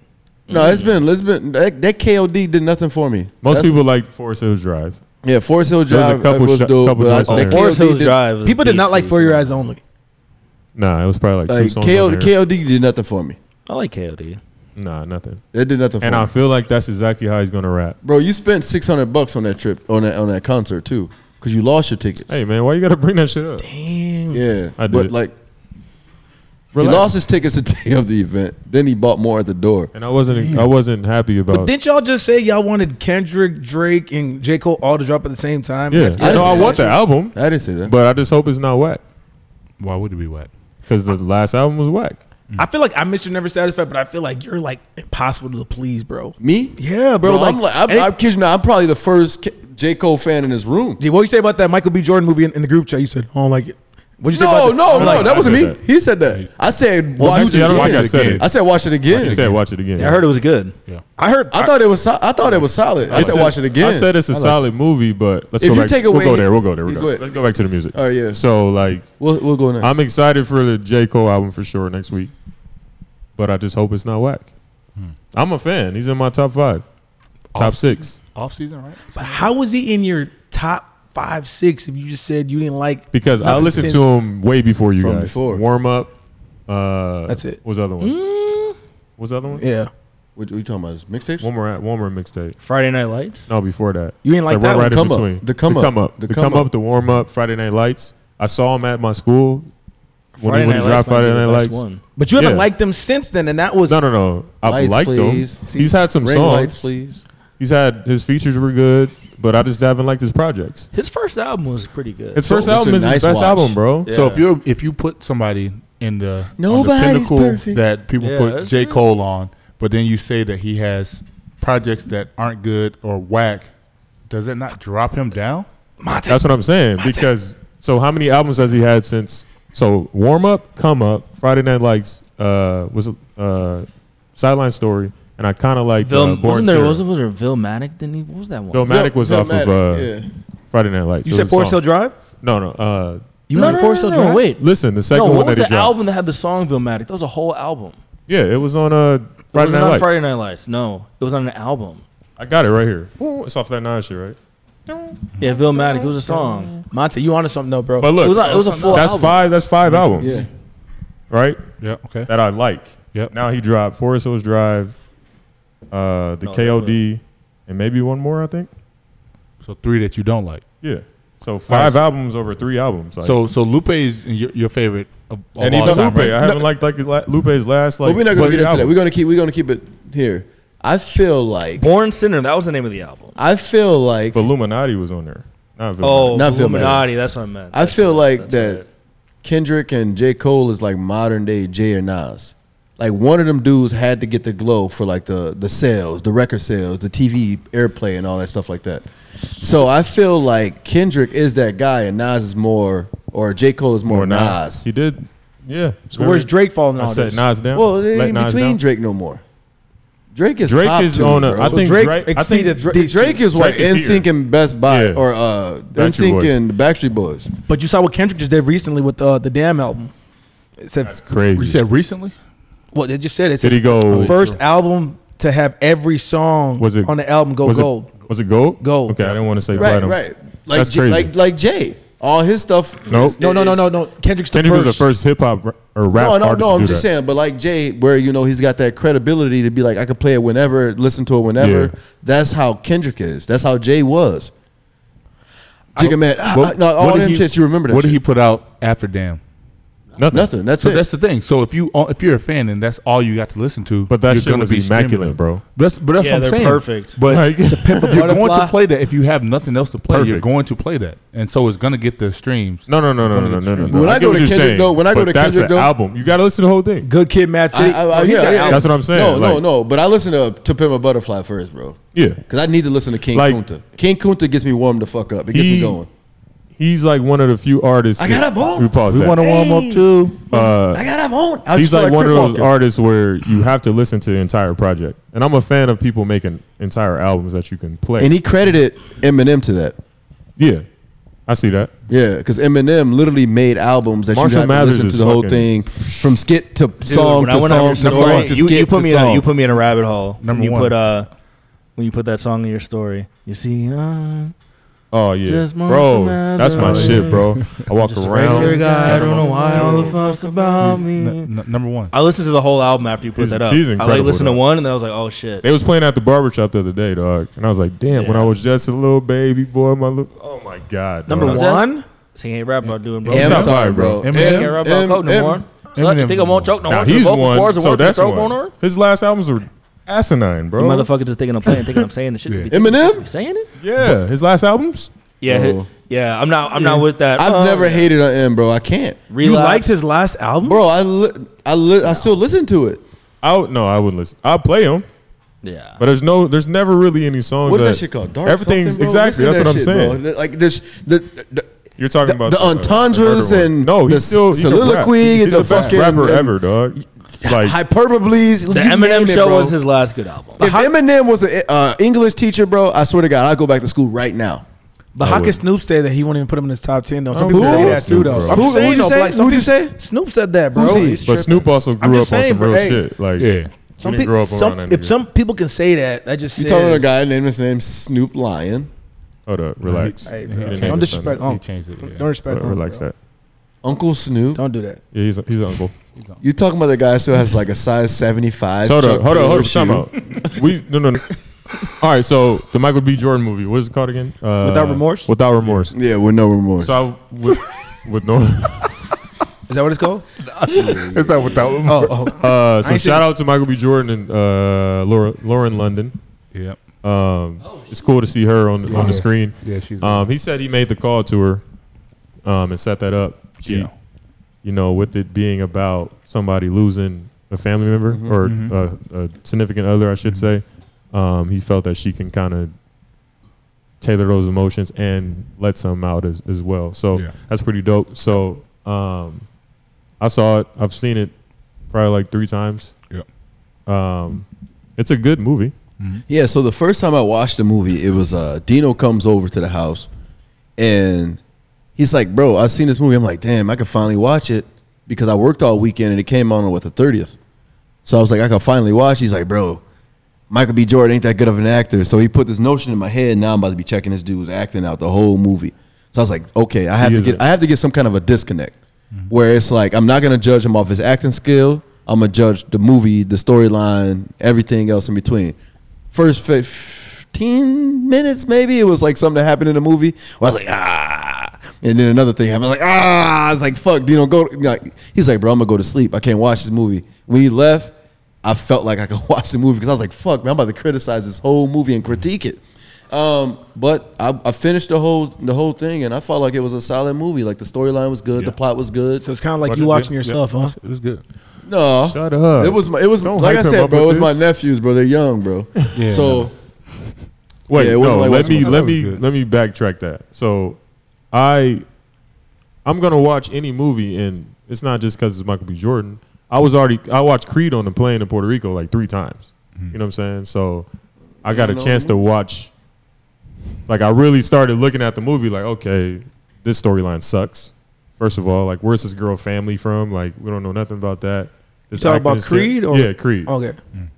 Speaker 7: No, it's been it's been that, that KOD did nothing for me.
Speaker 5: most
Speaker 7: That's-
Speaker 5: people like Forest Hills Drive.
Speaker 7: yeah, Forest Hill
Speaker 5: There's a
Speaker 7: Drive
Speaker 5: couple
Speaker 7: was
Speaker 5: sh-
Speaker 7: dope,
Speaker 5: couple
Speaker 7: but
Speaker 5: joints
Speaker 7: I,
Speaker 5: on
Speaker 7: that
Speaker 5: there.
Speaker 7: KOD
Speaker 4: Forest Hills
Speaker 7: did,
Speaker 4: Drive. was
Speaker 6: People did not
Speaker 4: beastly.
Speaker 6: like For Your Eyes Only.
Speaker 5: Nah, it was probably like, two
Speaker 7: Like
Speaker 5: songs.
Speaker 7: KO
Speaker 5: on there.
Speaker 7: KOD did nothing for me.
Speaker 4: I like KOD.
Speaker 5: Nah, nothing.
Speaker 7: It did nothing for
Speaker 5: And
Speaker 7: me.
Speaker 5: I feel like that's exactly how he's gonna rap.
Speaker 7: Bro, you spent six hundred bucks on that trip on that on that concert too, because you lost your tickets.
Speaker 5: Hey man, why you gotta bring that shit up?
Speaker 7: yeah,
Speaker 5: I did
Speaker 7: but
Speaker 5: it.
Speaker 7: like
Speaker 5: Relax.
Speaker 7: he lost his tickets the day of the event. Then he bought more at the door.
Speaker 5: And I wasn't I wasn't happy about.
Speaker 6: But didn't y'all just say y'all wanted Kendrick, Drake, and J. Cole all to drop at the same time?
Speaker 5: yeah,
Speaker 6: That's-
Speaker 5: I know I
Speaker 7: didn't
Speaker 5: want
Speaker 7: say
Speaker 5: the album,
Speaker 7: I didn't say that.
Speaker 5: but I just hope it's not whack
Speaker 8: Why would it be wet?
Speaker 5: because the last album was whack.
Speaker 6: I feel like I miss you never satisfied, but I feel like you're like impossible to please, bro.
Speaker 7: Me?
Speaker 6: Yeah, bro,
Speaker 7: No, I'm
Speaker 6: like-
Speaker 7: like, I'm,
Speaker 6: and it-
Speaker 7: I'm kidding. You, not, I'm probably the first K- J Cole fan in this room.
Speaker 6: Gee, what you say about that Michael B. Jordan movie in, in the group chat? You said I don't like it. What'd you say
Speaker 7: No,
Speaker 6: about
Speaker 7: no,
Speaker 5: I
Speaker 7: no,
Speaker 5: like-
Speaker 7: that
Speaker 5: I
Speaker 7: wasn't me.
Speaker 5: said that.
Speaker 7: He said that. I said
Speaker 5: Well,
Speaker 7: watch
Speaker 5: you
Speaker 7: it
Speaker 5: said- I
Speaker 7: again.
Speaker 5: don't think I said it.
Speaker 7: I said watch it again.
Speaker 5: You said watch it again.
Speaker 4: I heard it was good.
Speaker 6: I heard.
Speaker 7: I thought it was. so- I thought it was solid. I said watch it again.
Speaker 5: I said it's a solid movie, but let's
Speaker 7: If
Speaker 5: go
Speaker 7: you
Speaker 5: back.
Speaker 7: take
Speaker 5: we'll
Speaker 7: away-
Speaker 5: go there. We'll go there. We'll go.
Speaker 7: Yeah, go ahead.
Speaker 5: Let's go back to the music.
Speaker 7: Oh, yeah.
Speaker 5: So like,
Speaker 7: we'll we'll go next.
Speaker 5: I'm excited for the J Cole album for sure next week, but I just hope it's not whack. I'm a fan. He's in my top five, top six
Speaker 8: Off season, right?
Speaker 6: But how was he in your top five, six? If you just said you didn't like,
Speaker 5: because I
Speaker 6: Nothing
Speaker 5: listened to
Speaker 6: since-
Speaker 5: him way before you
Speaker 7: From
Speaker 5: guys.
Speaker 7: before.
Speaker 5: Warm up. Uh,
Speaker 6: That's it.
Speaker 5: What's the other one?
Speaker 7: Mm.
Speaker 5: What's the other one?
Speaker 6: yeah,
Speaker 7: What what you talking about? This Mixtapes?
Speaker 5: One more. One more mixtape.
Speaker 4: Friday Night Lights.
Speaker 5: No, before that.
Speaker 6: You ain't
Speaker 5: It's
Speaker 6: like that
Speaker 5: right,
Speaker 6: one.
Speaker 5: right in
Speaker 7: Come up.
Speaker 5: between.
Speaker 7: The come up.
Speaker 5: The come up. The warm up. Friday Night Lights. I saw him at my school when he, when he dropped
Speaker 4: might be
Speaker 5: Friday
Speaker 4: the
Speaker 5: Night
Speaker 4: best
Speaker 5: Lights.
Speaker 4: one.
Speaker 6: but you haven't
Speaker 5: Yeah.
Speaker 6: liked them since then, and that was
Speaker 5: No, no, no. I
Speaker 7: Lights,
Speaker 5: liked
Speaker 7: please.
Speaker 5: him. He's had some
Speaker 7: Ring
Speaker 5: songs.
Speaker 7: lights, please.
Speaker 5: He's had his features were good, but I just haven't liked his projects.
Speaker 4: His first album was pretty good.
Speaker 5: His first
Speaker 7: it's a
Speaker 5: album is
Speaker 7: nice
Speaker 5: his best
Speaker 7: watch.
Speaker 5: album, bro.
Speaker 8: So if you if you put somebody in the, on
Speaker 7: Nobody's
Speaker 8: the pinnacle
Speaker 7: perfect.
Speaker 8: that people
Speaker 4: Yeah,
Speaker 8: put
Speaker 4: that's
Speaker 8: J
Speaker 4: true.
Speaker 8: Cole on, but then you say that he has projects that aren't good or whack, does it not drop him down?
Speaker 6: Monte.
Speaker 5: That's what I'm saying. Because so how many albums has he had since? So warm up, come up, Friday Night Lights, uh, was uh, sideline story, and I kind of liked uh,
Speaker 4: Vil-
Speaker 5: Born
Speaker 4: wasn't there?
Speaker 5: Sinner.
Speaker 4: Wasn't there? Vilmatic? Didn't he? What was that one?
Speaker 5: Vilmatic was off of uh,
Speaker 7: Dramatic, yeah.
Speaker 5: Friday Night Lights.
Speaker 6: you
Speaker 5: It
Speaker 6: said
Speaker 5: was a
Speaker 6: Forest Hill
Speaker 5: song.
Speaker 6: Drive.
Speaker 5: No, no. Uh,
Speaker 6: You
Speaker 4: no,
Speaker 6: like
Speaker 4: no, no,
Speaker 6: Forest
Speaker 4: no,
Speaker 6: Hill
Speaker 4: no,
Speaker 6: Drive?
Speaker 4: wait.
Speaker 5: listen, the
Speaker 4: no,
Speaker 5: second one
Speaker 4: what was
Speaker 5: that he
Speaker 4: the
Speaker 5: dropped.
Speaker 4: album that had the song Vilmatic? That was a whole album.
Speaker 5: Yeah, it was on uh,
Speaker 4: It
Speaker 5: Friday
Speaker 4: was
Speaker 5: Night
Speaker 4: not
Speaker 5: Lights.
Speaker 4: Friday Night Lights. No, it was on an album.
Speaker 5: I got it right here. Ooh, it's off that nine shit, right?
Speaker 4: Yeah, Vilmatic. It was a song.
Speaker 6: Monte, you onto something though, bro?
Speaker 5: But look,
Speaker 4: It was a- it was a full
Speaker 5: that's
Speaker 4: album.
Speaker 5: five. That's five albums,
Speaker 7: Yeah.
Speaker 5: right?
Speaker 8: Yeah. Okay.
Speaker 5: That I like.
Speaker 8: Yep.
Speaker 5: Now he dropped Forest Hills Drive, uh, the
Speaker 4: No,
Speaker 5: KOD, and maybe one more. I think.
Speaker 8: So three that you don't like.
Speaker 5: Yeah. So five
Speaker 8: so-
Speaker 5: albums over three albums. Like,
Speaker 8: So so Lupe is your, your favorite of, of
Speaker 5: and
Speaker 8: all
Speaker 5: even
Speaker 8: time,
Speaker 5: Lupe,
Speaker 8: right?
Speaker 5: I haven't liked like his la- Lupe's last like.
Speaker 7: But we're not gonna
Speaker 5: three
Speaker 7: get into that.
Speaker 5: albums.
Speaker 7: We're gonna keep. We're gonna keep it here. I feel like.
Speaker 4: Born Sinner. That was the name of the album.
Speaker 7: I feel like.
Speaker 5: But Illuminati was on there. Not
Speaker 4: Oh,
Speaker 5: Illuminati.
Speaker 7: Not Vilmatic.
Speaker 4: Illuminati. That's what I meant.
Speaker 7: I feel like
Speaker 4: That's
Speaker 7: that
Speaker 4: right.
Speaker 7: Kendrick and J. Cole is like modern day Jay or Nas. Like one of them dudes had to get the glow for like the the sales, the record sales, the TV airplay, and all that stuff like that. So I feel like Kendrick is that guy, and Nas is more, or J. Cole is more,
Speaker 5: Or
Speaker 7: Nas.
Speaker 5: He did. Yeah. So
Speaker 6: where's Drake falling?
Speaker 5: I
Speaker 6: on
Speaker 5: said
Speaker 6: this?
Speaker 5: Nas down.
Speaker 7: Well, it
Speaker 5: Let
Speaker 7: ain't
Speaker 5: Nas
Speaker 7: between
Speaker 5: down.
Speaker 7: Drake no more. Drake is
Speaker 5: Drake
Speaker 7: pop
Speaker 5: is
Speaker 7: to me,
Speaker 5: on a.
Speaker 7: bro.
Speaker 5: I think
Speaker 6: Drake's
Speaker 5: Drake I think
Speaker 6: exceeded-
Speaker 7: Drake, Drake is what
Speaker 5: Drake is here.
Speaker 7: NSYNC and Best Buy
Speaker 5: Yeah.
Speaker 7: or uh,
Speaker 5: Backstreet Boys.
Speaker 7: NSYNC and the Backstreet Boys.
Speaker 6: But you saw what Kendrick just did recently with uh, the damn album. It said
Speaker 5: That's crazy.
Speaker 8: You said recently.
Speaker 6: what they just said. It said
Speaker 5: Did he go-
Speaker 6: first album to have every song
Speaker 5: was it
Speaker 6: on the album go
Speaker 5: was it-
Speaker 6: gold?
Speaker 5: was it gold?
Speaker 6: Gold.
Speaker 5: Okay, I didn't want to say
Speaker 7: Right,
Speaker 5: platinum.
Speaker 7: right. Like
Speaker 5: That's
Speaker 7: J,
Speaker 5: crazy.
Speaker 7: like like Jay. All his stuff.
Speaker 5: Nope.
Speaker 7: is-
Speaker 6: No, no, no, no, no. Kendrick's the
Speaker 5: Kendrick
Speaker 6: first.
Speaker 5: was the first hip hop r- or rap
Speaker 7: No, no,
Speaker 5: artist
Speaker 7: no.
Speaker 5: to
Speaker 7: I'm
Speaker 5: do
Speaker 7: just
Speaker 5: that.
Speaker 7: saying, but like Jay, where you know he's got that credibility to be like, I could play it whenever, listen to it whenever.
Speaker 5: Yeah.
Speaker 7: That's how Kendrick is. That's how Jay was. Jigga man, ah, ah, no, all
Speaker 8: did
Speaker 7: them
Speaker 8: he-
Speaker 7: shits. You remember that?
Speaker 8: What did he
Speaker 7: shit.
Speaker 8: put out after Damn?
Speaker 5: Nothing.
Speaker 7: Nothing. That's
Speaker 8: So
Speaker 7: it.
Speaker 8: that's the thing. So if you if you're a fan and that's all you got to listen to,
Speaker 5: But that
Speaker 8: you're
Speaker 5: shit was
Speaker 8: streaming
Speaker 5: immaculate,
Speaker 8: it.
Speaker 5: bro.
Speaker 8: But that's, but that's
Speaker 4: Yeah,
Speaker 8: what I'm
Speaker 4: they're
Speaker 8: saying.
Speaker 4: perfect.
Speaker 8: But
Speaker 5: Like- It's a pimp
Speaker 8: you're going
Speaker 6: butterfly.
Speaker 8: to play that if you have nothing else to play. You're
Speaker 5: Perfect.
Speaker 8: going to play that, and so it's going to get the streams.
Speaker 5: No, no, no, no, no, no, no, no, no.
Speaker 7: When I
Speaker 5: get
Speaker 7: go
Speaker 5: what
Speaker 7: to
Speaker 5: you're
Speaker 7: Kendrick,
Speaker 5: saying,
Speaker 7: though- when I go
Speaker 5: but
Speaker 7: to
Speaker 5: that's
Speaker 7: Kendrick,
Speaker 5: the
Speaker 7: though-
Speaker 5: album. You got to listen to the whole thing.
Speaker 6: Good Kid, Mad
Speaker 7: I-
Speaker 6: City.
Speaker 7: I- I-
Speaker 6: Oh, he's
Speaker 7: yeah,
Speaker 6: got
Speaker 7: yeah.
Speaker 5: That's what I'm saying,
Speaker 7: No,
Speaker 5: like-
Speaker 7: no, no. But I listen to To Pimp a Butterfly first, bro.
Speaker 5: Yeah,
Speaker 7: Cause I need to listen to King
Speaker 5: Like-
Speaker 7: Kunta. King Kunta gets me warmed the fuck up. It gets
Speaker 5: He-
Speaker 7: me going.
Speaker 5: he's like one of the few artists.
Speaker 7: I got
Speaker 5: that-
Speaker 7: a ball.
Speaker 5: We pause
Speaker 8: We
Speaker 5: that.
Speaker 8: want to warm up too.
Speaker 7: I got him on. I
Speaker 5: uh, He's
Speaker 7: just feel
Speaker 5: like one of
Speaker 7: Crip
Speaker 5: those
Speaker 7: walking.
Speaker 5: artists where you have to listen to the entire project. And I'm a fan of people making entire albums that you can play.
Speaker 7: And he credited Eminem to that.
Speaker 5: yeah, I see that.
Speaker 7: Yeah, because Eminem literally made albums that
Speaker 5: Marshall
Speaker 7: you had to
Speaker 5: Mathers
Speaker 7: listen to
Speaker 5: is
Speaker 7: the whole
Speaker 5: fucking-
Speaker 7: thing from skit to
Speaker 4: Dude,
Speaker 7: song
Speaker 4: when I
Speaker 7: to
Speaker 4: went
Speaker 7: song
Speaker 4: over-
Speaker 7: to
Speaker 4: number
Speaker 7: song
Speaker 4: one,
Speaker 7: to
Speaker 4: you,
Speaker 7: skit
Speaker 4: you put
Speaker 7: to
Speaker 4: me in
Speaker 7: song.
Speaker 4: a, you put me in a rabbit hole.
Speaker 8: Number
Speaker 4: when you
Speaker 8: one.
Speaker 4: put uh when you put that song in your story. You see, uh,
Speaker 5: Oh yeah,
Speaker 4: Just
Speaker 5: bro,
Speaker 4: Marshall
Speaker 5: that's my
Speaker 4: Mathers.
Speaker 5: shit, bro. I walk
Speaker 4: regular
Speaker 5: around.
Speaker 4: guy. I don't know why all the fuss about me.
Speaker 8: N- n- number one.
Speaker 4: I listened to the whole album after you put
Speaker 5: He's-
Speaker 4: that up.
Speaker 5: he's
Speaker 4: I like
Speaker 5: incredible,
Speaker 4: listened
Speaker 5: though.
Speaker 4: to one and then I was like, oh shit.
Speaker 5: They was playing at the barbershop the other day, dog, and I was like, "Damn!" When
Speaker 4: Yeah.
Speaker 5: I was just a little baby boy, my little, oh my god,
Speaker 6: Number
Speaker 5: dog.
Speaker 4: What's
Speaker 6: one.
Speaker 4: that? Sing ain't rap about doing, bro.
Speaker 7: Yeah, I'm
Speaker 5: Stop.
Speaker 7: sorry, bro.
Speaker 8: Eminem.
Speaker 4: Sing
Speaker 8: Em-
Speaker 4: ain't rap about coke no more. So I
Speaker 8: Eminem.
Speaker 4: think I won't choke no
Speaker 5: Now
Speaker 4: more. to the
Speaker 5: he's
Speaker 4: vocal
Speaker 5: one,
Speaker 4: cords and
Speaker 5: so
Speaker 4: working
Speaker 5: that's
Speaker 4: throat going
Speaker 5: one.
Speaker 4: on.
Speaker 5: His last albums were asinine, bro.
Speaker 4: You motherfucker just thinking I'm playing, thinking I'm saying the shit to be
Speaker 7: Eminem?
Speaker 4: saying it.
Speaker 5: Yeah, his last albums.
Speaker 4: Yeah, hi-
Speaker 7: Oh.
Speaker 4: yeah. I'm not. I'm not with that.
Speaker 7: I've
Speaker 4: uh,
Speaker 7: never hated on M, bro. I can't,
Speaker 6: You
Speaker 4: relapse.
Speaker 6: liked his last album,
Speaker 7: bro. I li- I li- I still listen to it.
Speaker 5: I would, no, I wouldn't listen. I'll play him,
Speaker 4: Yeah.
Speaker 5: but there's no, there's never really any songs.
Speaker 7: What's that shit called? Dark.
Speaker 5: everything's
Speaker 7: something, bro?
Speaker 5: exactly.
Speaker 7: Listen to
Speaker 5: That's what I'm
Speaker 7: that shit,
Speaker 5: saying.
Speaker 7: Bro. Like this, the, the,
Speaker 5: You're talking
Speaker 7: The-
Speaker 5: about
Speaker 7: the
Speaker 5: murder
Speaker 7: entendres
Speaker 5: one.
Speaker 7: and
Speaker 5: no,
Speaker 7: the
Speaker 5: he's still he's a rap-
Speaker 7: soliloquy
Speaker 5: He's,
Speaker 7: and
Speaker 5: the,
Speaker 7: the
Speaker 5: best
Speaker 7: fucking-
Speaker 5: rapper
Speaker 7: and-
Speaker 5: ever, dog. Like
Speaker 7: hyperboles.
Speaker 4: The Eminem show was his last good album.
Speaker 7: If Eminem was an uh, English teacher, bro, I swear to God, I'd go back to school right now.
Speaker 6: But how can Snoop say that he won't even put him in his top ten though? Some
Speaker 5: I
Speaker 6: people
Speaker 5: don't
Speaker 6: say
Speaker 5: know.
Speaker 6: that too though.
Speaker 5: Who-
Speaker 6: I'm
Speaker 7: who-
Speaker 6: just saying,
Speaker 7: who'd you
Speaker 6: though,
Speaker 7: say?
Speaker 6: like, some
Speaker 7: Who'd you
Speaker 6: people-
Speaker 7: say?
Speaker 6: Snoop said that, bro.
Speaker 7: Who's he?
Speaker 6: He's
Speaker 5: but
Speaker 6: tripping.
Speaker 5: Snoop also
Speaker 6: I'm
Speaker 5: grew up
Speaker 6: just saying,
Speaker 5: on some
Speaker 6: but
Speaker 5: real
Speaker 6: hey,
Speaker 5: shit. Like
Speaker 8: Yeah.
Speaker 5: he
Speaker 6: Some
Speaker 5: didn't
Speaker 6: pe-
Speaker 5: grow up
Speaker 6: some-
Speaker 5: around that.
Speaker 6: if
Speaker 5: nigga.
Speaker 6: some people can say that, that just
Speaker 7: You
Speaker 6: says,
Speaker 7: talking to a guy named his name Snoop Lion,
Speaker 5: Hold up, relax.
Speaker 6: Hey,
Speaker 5: He
Speaker 6: bro,
Speaker 5: didn't
Speaker 8: changed
Speaker 5: name
Speaker 6: don't
Speaker 5: his son.
Speaker 6: disrespect.
Speaker 8: He
Speaker 6: Uncle.
Speaker 8: changed it.
Speaker 6: Don't
Speaker 8: Yeah.
Speaker 6: respect.
Speaker 5: But
Speaker 6: Uncle,
Speaker 5: Relax
Speaker 6: bro.
Speaker 5: that.
Speaker 7: Uncle Snoop?
Speaker 6: Don't do that.
Speaker 5: Yeah, he's he's an uncle.
Speaker 7: You talking about the guy who has like a size seventy five?
Speaker 5: Hold up, hold up, hold up. Time out. We no no no. All right, so the Michael B. Jordan movie. What is it called again? Uh,
Speaker 6: Without Remorse?
Speaker 5: Without remorse.
Speaker 7: Yeah, with no remorse.
Speaker 5: So I, with, with no.
Speaker 6: Is that what it's called?
Speaker 8: It's not without.
Speaker 6: Oh, oh.
Speaker 5: Uh, so
Speaker 6: ain't seen
Speaker 5: shout out to Michael B. Jordan and uh, Laura, Lauren London.
Speaker 8: Yeah.
Speaker 5: Um, it's cool to see her on on
Speaker 8: Yeah.
Speaker 5: the screen.
Speaker 8: Yeah, she's.
Speaker 5: Um, he said he made the call to her, um, and set that up. She,
Speaker 8: Yeah.
Speaker 5: you know, with it being about somebody losing a family member
Speaker 8: Mm-hmm.
Speaker 5: or uh, a significant other, I should say. Um, he felt that she can kind of tailor those emotions and let some out as, as well. So
Speaker 8: Yeah.
Speaker 5: that's pretty dope. So um, I saw it. I've seen it probably like three times.
Speaker 8: Yeah.
Speaker 5: Um, it's a good movie.
Speaker 7: Yeah, so the first time I watched the movie, it was uh Dino comes over to the house and he's like, Bro, I've seen this movie. I'm like, damn, I can finally watch it because I worked all weekend and it came on on what the 30th. So I was like, I can finally watch. He's like, Bro, Michael B. Jordan ain't that good of an actor. So he put this notion in my head. Now I'm about to be checking this dude's acting out the whole movie. So I was like, okay, I have
Speaker 5: He
Speaker 7: to
Speaker 5: is
Speaker 7: get
Speaker 5: a-
Speaker 7: I have to get some kind of a disconnect. Where it's like I'm not gonna judge him off his acting skill. I'm gonna judge the movie, the storyline, everything else in between. First fifteen minutes, maybe it was like something that happened in the movie. Where I was like, ah, and then another thing happened. I was like, ah, I was like, fuck, you know, go. Like, he's like, bro, I'm gonna go to sleep. I can't watch this movie. When he left, I felt like I could watch the movie because I was like, fuck, man, I'm about to criticize this whole movie and critique it. Um, but I, I finished the whole the whole thing and I felt like it was a solid movie. Like the storyline was good, the
Speaker 5: Yeah.
Speaker 7: plot was good.
Speaker 6: So it's kind of like
Speaker 5: Watch
Speaker 6: you
Speaker 5: it,
Speaker 6: watching
Speaker 5: yeah,
Speaker 6: yourself, huh?
Speaker 8: it was good.
Speaker 7: no,
Speaker 5: Shut up.
Speaker 7: It was my, it was
Speaker 5: Don't
Speaker 7: like
Speaker 5: hype
Speaker 7: I
Speaker 5: him
Speaker 7: said,
Speaker 5: up
Speaker 7: bro. It
Speaker 5: with
Speaker 7: was my
Speaker 5: this.
Speaker 7: nephews, bro. They're young, bro.
Speaker 8: Yeah.
Speaker 7: So
Speaker 5: Wait,
Speaker 7: Yeah, it wasn't
Speaker 5: no.
Speaker 7: like
Speaker 5: let
Speaker 7: watching
Speaker 5: me
Speaker 7: myself.
Speaker 5: let
Speaker 8: That was
Speaker 5: me
Speaker 8: good.
Speaker 5: let me backtrack that. So, I I'm gonna watch any movie, and it's not just because it's Michael B. Jordan. I was already I watched Creed on the plane in Puerto Rico like three times. You know what I'm saying? So, I got a
Speaker 7: know
Speaker 5: chance to watch. Like, I really started looking at the movie. Like, okay, this storyline sucks. First of all, like, where's this girl family from? Like, we don't know nothing about that. This
Speaker 6: talking
Speaker 5: acting
Speaker 6: about
Speaker 5: is ter-
Speaker 6: Creed or-
Speaker 5: yeah, Creed.
Speaker 6: Okay.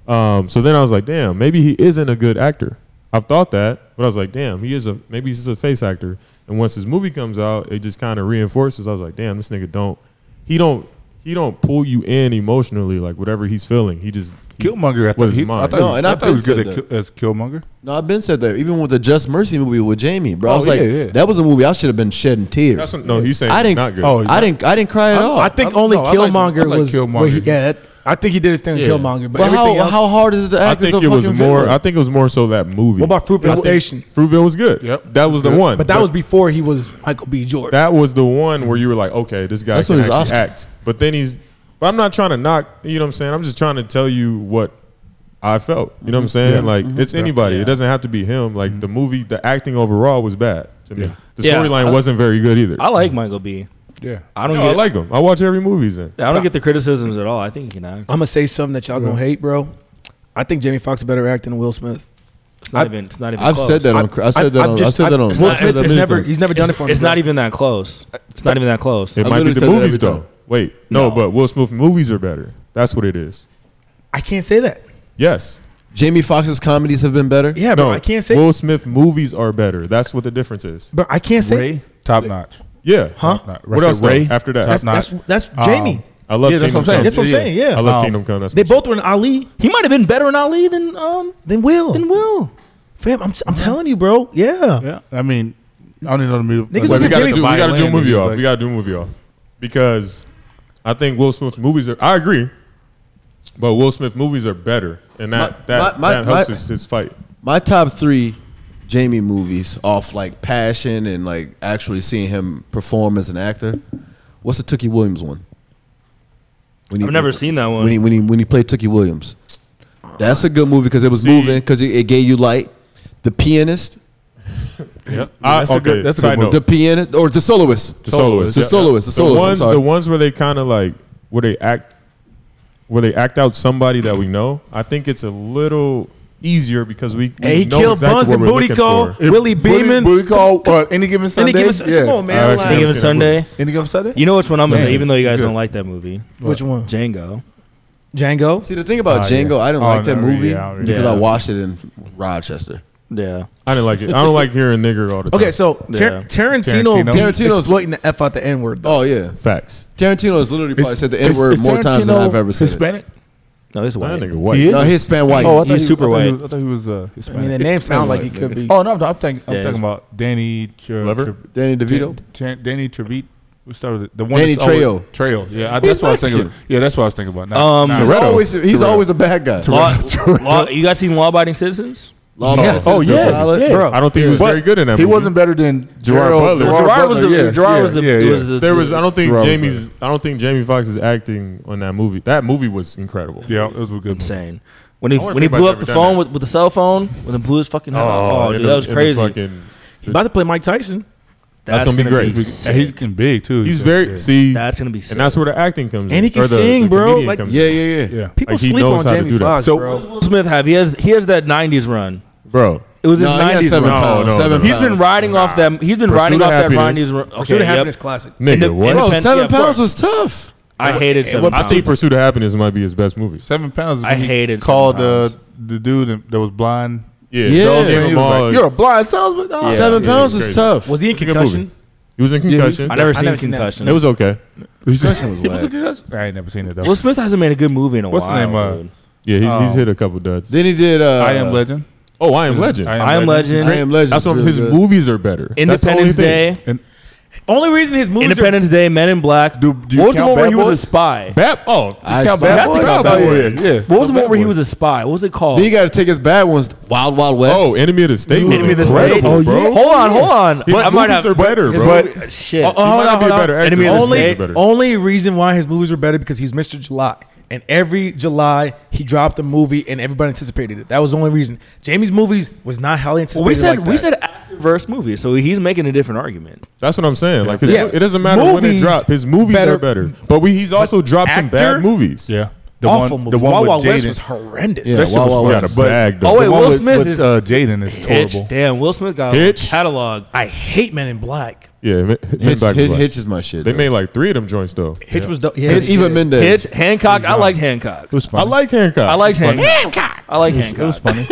Speaker 5: Um, so then I was like, damn, maybe he isn't a good actor. I've thought that, but I was like, damn, he is a maybe he's just a face actor. And once his movie comes out, it just kind of reinforces. I was like, damn, this nigga don't he don't he don't pull you in emotionally like whatever he's feeling. He just he-
Speaker 8: Killmonger, I
Speaker 5: What
Speaker 8: thought
Speaker 5: is
Speaker 8: he, I
Speaker 5: mine?
Speaker 8: thought, he-
Speaker 7: No, and
Speaker 8: I
Speaker 7: I've
Speaker 8: thought he was
Speaker 7: been
Speaker 8: good at,
Speaker 7: said
Speaker 8: Kill- as Killmonger.
Speaker 7: no, I've been said that. Even with the Just Mercy movie with Jamie, bro, I
Speaker 8: Oh,
Speaker 7: was like,
Speaker 8: yeah, yeah.
Speaker 7: that was a movie I should have been shedding tears.
Speaker 5: that's what, no, he's saying
Speaker 7: I
Speaker 5: he's
Speaker 7: didn't.
Speaker 5: not good.
Speaker 8: Oh,
Speaker 7: I didn't. I didn't cry at all.
Speaker 6: I think
Speaker 8: I-
Speaker 6: only
Speaker 8: no, I like-
Speaker 6: Killmonger
Speaker 8: I like
Speaker 6: was.
Speaker 8: Killmonger.
Speaker 6: where he- yeah, that, I think he did his thing with
Speaker 5: Yeah.
Speaker 6: Killmonger. But,
Speaker 7: But how,
Speaker 6: everything else,
Speaker 7: how hard is it to
Speaker 5: I
Speaker 7: act as
Speaker 5: think
Speaker 7: a
Speaker 5: it was
Speaker 7: fucking
Speaker 5: more.
Speaker 7: villain?
Speaker 5: I think it was more so that movie.
Speaker 6: what about Fruitvale
Speaker 5: It-
Speaker 6: Station?
Speaker 5: Fruitville was good.
Speaker 8: Yep.
Speaker 5: that was the
Speaker 8: Good.
Speaker 5: one.
Speaker 6: But that was before he was Michael B. Jordan.
Speaker 5: That was the one where you were like, okay, this guy
Speaker 7: That's
Speaker 5: can
Speaker 7: what his
Speaker 5: actually
Speaker 7: Oscar-
Speaker 5: act. But then he's. But I'm not trying to knock. You know what I'm saying? I'm just trying to tell you what I felt. You
Speaker 7: Mm-hmm.
Speaker 5: know what I'm saying? Like it's anybody. It doesn't have to be him. Like the movie, the acting overall was bad to me.
Speaker 8: Yeah.
Speaker 5: The
Speaker 4: Yeah,
Speaker 5: storyline
Speaker 4: I-
Speaker 5: wasn't very good either.
Speaker 4: I like Michael B.
Speaker 8: Yeah.
Speaker 4: I don't
Speaker 5: No,
Speaker 4: get
Speaker 5: I like him. I watch every movie he's in.
Speaker 4: I don't get the criticisms at all. I think he can act.
Speaker 6: I'm gonna say something that y'all gonna hate, bro. I think Jamie Foxx is a better actor than Will Smith.
Speaker 4: It's not
Speaker 6: I-
Speaker 4: even. It's not even.
Speaker 7: I've
Speaker 4: close.
Speaker 7: said that on. I
Speaker 6: I-
Speaker 7: said that
Speaker 6: I'm
Speaker 7: on. I
Speaker 6: just-
Speaker 7: said that
Speaker 6: I-
Speaker 7: on.
Speaker 6: it's
Speaker 7: I
Speaker 6: not-
Speaker 7: said that
Speaker 6: it's
Speaker 7: many
Speaker 6: never-
Speaker 7: times.
Speaker 6: he's never done it for me.
Speaker 4: It's
Speaker 6: bro.
Speaker 4: not even that close. It's not even that close.
Speaker 5: It
Speaker 7: I've
Speaker 5: might be
Speaker 7: literally
Speaker 5: the
Speaker 7: said that
Speaker 5: movies
Speaker 7: every
Speaker 5: though.
Speaker 7: time.
Speaker 5: Wait, no,
Speaker 4: No.
Speaker 5: but Will Smith movies are better. That's what it is.
Speaker 6: I can't say that.
Speaker 5: Yes.
Speaker 7: Jamie Foxx's comedies have been better.
Speaker 6: Yeah, bro. I can't say.
Speaker 5: Will Smith movies are better. That's what the difference is.
Speaker 6: bro, I can't say.
Speaker 8: Ray, top notch.
Speaker 5: Yeah.
Speaker 6: Huh?
Speaker 8: Top notch.
Speaker 5: What else though,
Speaker 8: Ray
Speaker 5: after that?
Speaker 6: That's
Speaker 8: Top
Speaker 6: that's
Speaker 8: notch.
Speaker 6: that's
Speaker 8: Um,
Speaker 6: Jamie.
Speaker 5: I love
Speaker 8: Yeah, that's
Speaker 5: Kingdom
Speaker 8: what I'm saying.
Speaker 5: Come.
Speaker 6: That's what I'm
Speaker 8: yeah.
Speaker 6: saying. Yeah,
Speaker 5: I love
Speaker 8: Um,
Speaker 5: Kingdom Come. That's
Speaker 6: they
Speaker 5: my shit.
Speaker 6: both were in Ali.
Speaker 4: He might have been better in Ali than um
Speaker 6: Then Will.
Speaker 4: than Will.
Speaker 6: Fam, I'm, I'm telling you, bro. Yeah.
Speaker 8: Yeah. I mean, I don't even know the movie.
Speaker 6: Niggas
Speaker 5: Wait,
Speaker 6: Look
Speaker 5: we
Speaker 6: at
Speaker 5: gotta
Speaker 6: Jimmy-
Speaker 5: do we gotta do a movie off.
Speaker 8: Like,
Speaker 5: we gotta do a movie off because I think Will Smith movies are. I agree, but Will Smith movies are better, and that
Speaker 7: My-
Speaker 5: that,
Speaker 7: my- my-
Speaker 5: that helps
Speaker 7: my-
Speaker 5: his, his fight.
Speaker 7: My top three Jamie movies off like passion and like actually seeing him perform as an actor. What's the Tookie Williams one? When he-
Speaker 4: I've never seen that one.
Speaker 7: When he when he when he played Tookie Williams, that's a good movie because it was
Speaker 5: See-
Speaker 7: moving because it, it gave you light. The Pianist.
Speaker 5: Yep. I,
Speaker 8: that's a
Speaker 5: okay.
Speaker 8: good- that's a
Speaker 5: side
Speaker 8: good one.
Speaker 5: note.
Speaker 7: The pianist or the soloist.
Speaker 5: The soloist.
Speaker 7: The
Speaker 5: yeah.
Speaker 7: soloist. The soloist. I'm
Speaker 5: ones,
Speaker 7: sorry.
Speaker 5: the ones where they kind of like where they act, where they act out somebody that we know. I think it's a little easier because we, we
Speaker 4: Hey, he
Speaker 5: know
Speaker 4: killed
Speaker 5: exactly
Speaker 4: Buns
Speaker 5: what
Speaker 4: and
Speaker 5: we're
Speaker 4: Booty
Speaker 5: looking
Speaker 4: Call.
Speaker 5: for.
Speaker 6: Willie
Speaker 8: Booty-
Speaker 6: Beeman.
Speaker 8: Booty call. What? Any given Sunday.
Speaker 6: Any given Sunday.
Speaker 8: Yeah.
Speaker 6: Come on,
Speaker 5: I
Speaker 6: man.
Speaker 5: actually
Speaker 6: like-
Speaker 5: never
Speaker 4: Given
Speaker 5: seen that
Speaker 4: Sunday.
Speaker 8: Any given Sunday.
Speaker 4: You know which one I'm gonna
Speaker 8: Man.
Speaker 4: say, even though you guys
Speaker 8: Good.
Speaker 4: don't like that movie,
Speaker 6: Which one?
Speaker 4: Django.
Speaker 6: Django.
Speaker 7: See the thing about
Speaker 8: Oh, yeah.
Speaker 7: Django, I didn't
Speaker 8: Oh,
Speaker 7: like that
Speaker 8: no,
Speaker 7: movie
Speaker 8: yeah, I already-
Speaker 7: because
Speaker 4: Yeah.
Speaker 7: I watched it in Rochester.
Speaker 4: Yeah,
Speaker 5: I didn't like it. I don't like hearing nigger all the time.
Speaker 6: Okay, so Tar-
Speaker 4: Yeah.
Speaker 6: Tarantino,
Speaker 8: Tarantino.
Speaker 6: be
Speaker 7: Tarantino's-
Speaker 6: exploiting the f out the n word.
Speaker 7: Oh yeah,
Speaker 5: facts.
Speaker 7: Tarantino has literally probably
Speaker 8: Is-
Speaker 7: said the
Speaker 8: is-
Speaker 7: N word
Speaker 8: is
Speaker 7: more times than
Speaker 8: Tarantino
Speaker 7: I've ever said it.
Speaker 8: Hispanic.
Speaker 4: no, it's
Speaker 5: That
Speaker 4: white.
Speaker 5: nigga white.
Speaker 8: He is?
Speaker 7: No, Hispan white.
Speaker 8: Oh, I thought
Speaker 4: He's
Speaker 8: he-
Speaker 4: super
Speaker 8: I thought he
Speaker 4: white.
Speaker 8: was- I thought he was uh,
Speaker 6: I mean, the
Speaker 8: Hispanic.
Speaker 6: name sounds like
Speaker 7: like
Speaker 6: it could
Speaker 7: nigga.
Speaker 6: be.
Speaker 8: Oh no, I'm, I'm thinking. I'm
Speaker 4: Yeah,
Speaker 8: thinking
Speaker 4: he's-
Speaker 8: about Danny Tre-
Speaker 5: Glover?
Speaker 8: Tre-
Speaker 7: Danny DeVito.
Speaker 8: Tan- Danny Trevit. We started with the one.
Speaker 7: Danny
Speaker 8: that's always-
Speaker 7: Trejo.
Speaker 8: Trejo. Yeah, I,
Speaker 7: He's
Speaker 8: that's what I was thinking. About.
Speaker 7: Mexican.
Speaker 8: Yeah, that's what I was thinking about. Not,
Speaker 4: Um,
Speaker 8: not-
Speaker 7: He's
Speaker 5: Toretto.
Speaker 7: always he's
Speaker 5: Toretto.
Speaker 7: always the bad guy.
Speaker 4: Law, law, you guys seen Law Abiding Citizens?
Speaker 7: Law
Speaker 8: Yeah.
Speaker 7: Abiding
Speaker 8: Oh,
Speaker 7: Citizen
Speaker 8: yeah,
Speaker 7: Solid.
Speaker 8: yeah.
Speaker 5: I don't think he was
Speaker 8: But
Speaker 5: very good in that.
Speaker 8: He
Speaker 5: movie.
Speaker 8: wasn't better than
Speaker 5: Gerard
Speaker 8: Gerald.
Speaker 5: Butler.
Speaker 8: Gerard,
Speaker 4: Gerard was the
Speaker 8: Butler, yeah,
Speaker 4: Gerard
Speaker 8: yeah,
Speaker 4: was the
Speaker 8: yeah, yeah.
Speaker 4: was the
Speaker 5: There was. I don't think
Speaker 8: Gerard Butler.
Speaker 5: Jamie's. I don't think Jamie Foxx's acting on that movie. That movie was incredible.
Speaker 8: Yeah, this was a good. movie.
Speaker 4: insane. When he
Speaker 5: wonder if
Speaker 4: when he blew
Speaker 5: anybody's
Speaker 4: up the
Speaker 5: ever done
Speaker 4: phone
Speaker 5: that.
Speaker 4: with, with the cell phone when the blew his fucking head off. Oh,
Speaker 5: in
Speaker 4: dude,
Speaker 5: the-
Speaker 4: that was
Speaker 5: in the
Speaker 4: crazy.
Speaker 5: fucking-
Speaker 6: He's about to play Mike Tyson.
Speaker 5: that's gonna be great.
Speaker 8: He's-
Speaker 4: sick.
Speaker 8: He's getting big too.
Speaker 5: he's
Speaker 8: so,
Speaker 5: very
Speaker 8: yeah.
Speaker 5: see,
Speaker 4: that's gonna be sick.
Speaker 5: and that's where the acting comes. in.
Speaker 6: And he can
Speaker 5: or the-
Speaker 6: sing,
Speaker 5: the
Speaker 6: bro.
Speaker 5: comedian
Speaker 6: Like-
Speaker 5: comes
Speaker 7: Yeah,
Speaker 5: in.
Speaker 7: yeah, yeah.
Speaker 8: Yeah.
Speaker 6: People
Speaker 5: Like, he
Speaker 6: sleep
Speaker 5: knows
Speaker 6: on
Speaker 5: how to
Speaker 6: Jamie
Speaker 5: do that.
Speaker 6: Foxx,
Speaker 8: So-
Speaker 6: bro.
Speaker 4: Will Smith have he has he has that '90s run.
Speaker 5: bro.
Speaker 4: It was
Speaker 7: No,
Speaker 4: his
Speaker 7: he had
Speaker 4: '90s
Speaker 7: seven
Speaker 4: run.
Speaker 7: pounds.
Speaker 5: no,
Speaker 7: seven
Speaker 5: no.
Speaker 4: He's been
Speaker 7: pounds.
Speaker 4: riding off that. He's been
Speaker 5: Pursuit
Speaker 4: riding
Speaker 5: of
Speaker 4: off that
Speaker 5: Happiness.
Speaker 4: '90s run. Okay,
Speaker 6: Should have
Speaker 4: yep.
Speaker 6: happened this classic.
Speaker 5: Nigga,
Speaker 4: the-
Speaker 5: what?
Speaker 4: in the-
Speaker 7: Bro,
Speaker 4: Pen- yeah,
Speaker 7: seven
Speaker 4: of course.
Speaker 7: pounds was tough.
Speaker 4: I hated seven
Speaker 5: I
Speaker 4: pounds.
Speaker 5: think Pursuit of Happiness might be his best movie.
Speaker 8: Seven pounds. is
Speaker 4: I
Speaker 8: when he
Speaker 4: hated
Speaker 8: Called
Speaker 4: Seven
Speaker 8: uh,
Speaker 4: Pounds.
Speaker 8: the dude that was blind.
Speaker 5: Yeah,
Speaker 7: Yeah.
Speaker 5: Those
Speaker 7: Yeah,
Speaker 5: were
Speaker 8: he was
Speaker 5: all-
Speaker 8: like, You're a blind salesman. Oh,
Speaker 7: seven
Speaker 5: yeah,
Speaker 7: pounds
Speaker 5: it was crazy.
Speaker 7: was tough.
Speaker 6: Was he in
Speaker 5: a good movie.
Speaker 6: concussion?
Speaker 5: He was in concussion.
Speaker 4: I never seen
Speaker 6: never seen that.
Speaker 4: Concussion.
Speaker 5: It was okay.
Speaker 7: Concussion was
Speaker 8: It was a
Speaker 7: whack.
Speaker 8: good- I ain't never seen it though.
Speaker 4: Will Smith hasn't made a good movie in a
Speaker 8: What's the
Speaker 4: while.
Speaker 8: name, uh,
Speaker 4: dude.
Speaker 5: Yeah, he's, he's
Speaker 8: Um,
Speaker 5: hit a couple duds.
Speaker 7: Then he did. Uh,
Speaker 8: I am Legend.
Speaker 5: Oh, I Am Legend.
Speaker 4: I Am Legend.
Speaker 7: I am legend.
Speaker 5: That's what
Speaker 7: really
Speaker 5: his
Speaker 7: good.
Speaker 5: movies are better. That's the only
Speaker 4: Independence
Speaker 5: thing.
Speaker 4: Day,
Speaker 6: Only reason his movies are
Speaker 4: Independence Day, Men in Black.
Speaker 8: Do- do you
Speaker 4: what was the
Speaker 8: count
Speaker 4: one where he
Speaker 8: Bad
Speaker 4: was a
Speaker 8: Boys?
Speaker 4: spy?
Speaker 5: Bad. Oh,
Speaker 7: I
Speaker 8: Count
Speaker 7: Spy.
Speaker 8: Bad
Speaker 5: Boys?
Speaker 8: Boys?
Speaker 5: Count Bad Boys.
Speaker 8: Yeah, yeah.
Speaker 4: What was the
Speaker 5: Bad
Speaker 4: one where he
Speaker 5: Boys.
Speaker 4: was a spy? What was it called?
Speaker 7: Then you got to take his bad ones. Wild Wild West.
Speaker 5: oh, Enemy of the State. was
Speaker 4: Enemy of the
Speaker 5: incredible,
Speaker 4: State. Oh,
Speaker 5: bro.
Speaker 4: Hold on, hold on.
Speaker 5: His
Speaker 4: I might
Speaker 5: movies
Speaker 4: have
Speaker 5: are better,
Speaker 4: his
Speaker 5: bro.
Speaker 4: movie- uh, shit.
Speaker 6: Oh, oh,
Speaker 5: might
Speaker 6: hold
Speaker 5: not
Speaker 6: on,
Speaker 5: be a
Speaker 6: hold on.
Speaker 5: better actor,
Speaker 4: Enemy of the
Speaker 5: but he's
Speaker 6: only,
Speaker 4: State.
Speaker 5: better.
Speaker 6: only reason why his movies were better because he was Mr. July. And every July he dropped a movie and everybody anticipated it. That was the only reason. Jamie's movies was not highly anticipated.
Speaker 4: we said
Speaker 6: like
Speaker 4: we
Speaker 6: that.
Speaker 4: said actor versus movie, so he's making a different argument.
Speaker 5: That's what I'm saying. Like his,
Speaker 6: Yeah.
Speaker 5: it doesn't matter when they
Speaker 6: Movies
Speaker 5: drop. His movies are
Speaker 6: better-
Speaker 5: better, but we, he's also dropped some bad
Speaker 6: actor?
Speaker 5: movies.
Speaker 8: Yeah. The
Speaker 6: awful
Speaker 8: one,
Speaker 6: movie.
Speaker 8: The one
Speaker 6: Wild
Speaker 8: with
Speaker 6: Wild West
Speaker 8: Jaden.
Speaker 6: was horrendous.
Speaker 7: Yeah,
Speaker 5: That shit
Speaker 7: Wild
Speaker 5: was
Speaker 7: Wild
Speaker 5: fucking
Speaker 7: West.
Speaker 5: bag though.
Speaker 4: Oh, wait,
Speaker 8: The one
Speaker 4: Will
Speaker 8: with-
Speaker 4: Smith
Speaker 8: with,
Speaker 4: is-
Speaker 8: uh, Jaden is
Speaker 4: Hitch,
Speaker 8: horrible.
Speaker 4: damn, Will Smith got a
Speaker 5: Hitch?
Speaker 4: catalog.
Speaker 6: I hate Men in Black.
Speaker 5: Yeah, Men- Men
Speaker 7: Hitch,
Speaker 5: Black
Speaker 7: Hitch,
Speaker 5: Black.
Speaker 7: Hitch is my shit.
Speaker 5: They
Speaker 7: though.
Speaker 5: made like three of them joints though.
Speaker 6: Hitch was dope. Yeah,
Speaker 7: Hitch, Eva Mendes.
Speaker 4: Hitch, Hancock. I liked Hancock.
Speaker 8: It was
Speaker 5: I
Speaker 8: funny.
Speaker 5: like Hancock.
Speaker 4: I liked
Speaker 5: It's funny.
Speaker 4: Hancock. I like Hancock.
Speaker 8: It was funny.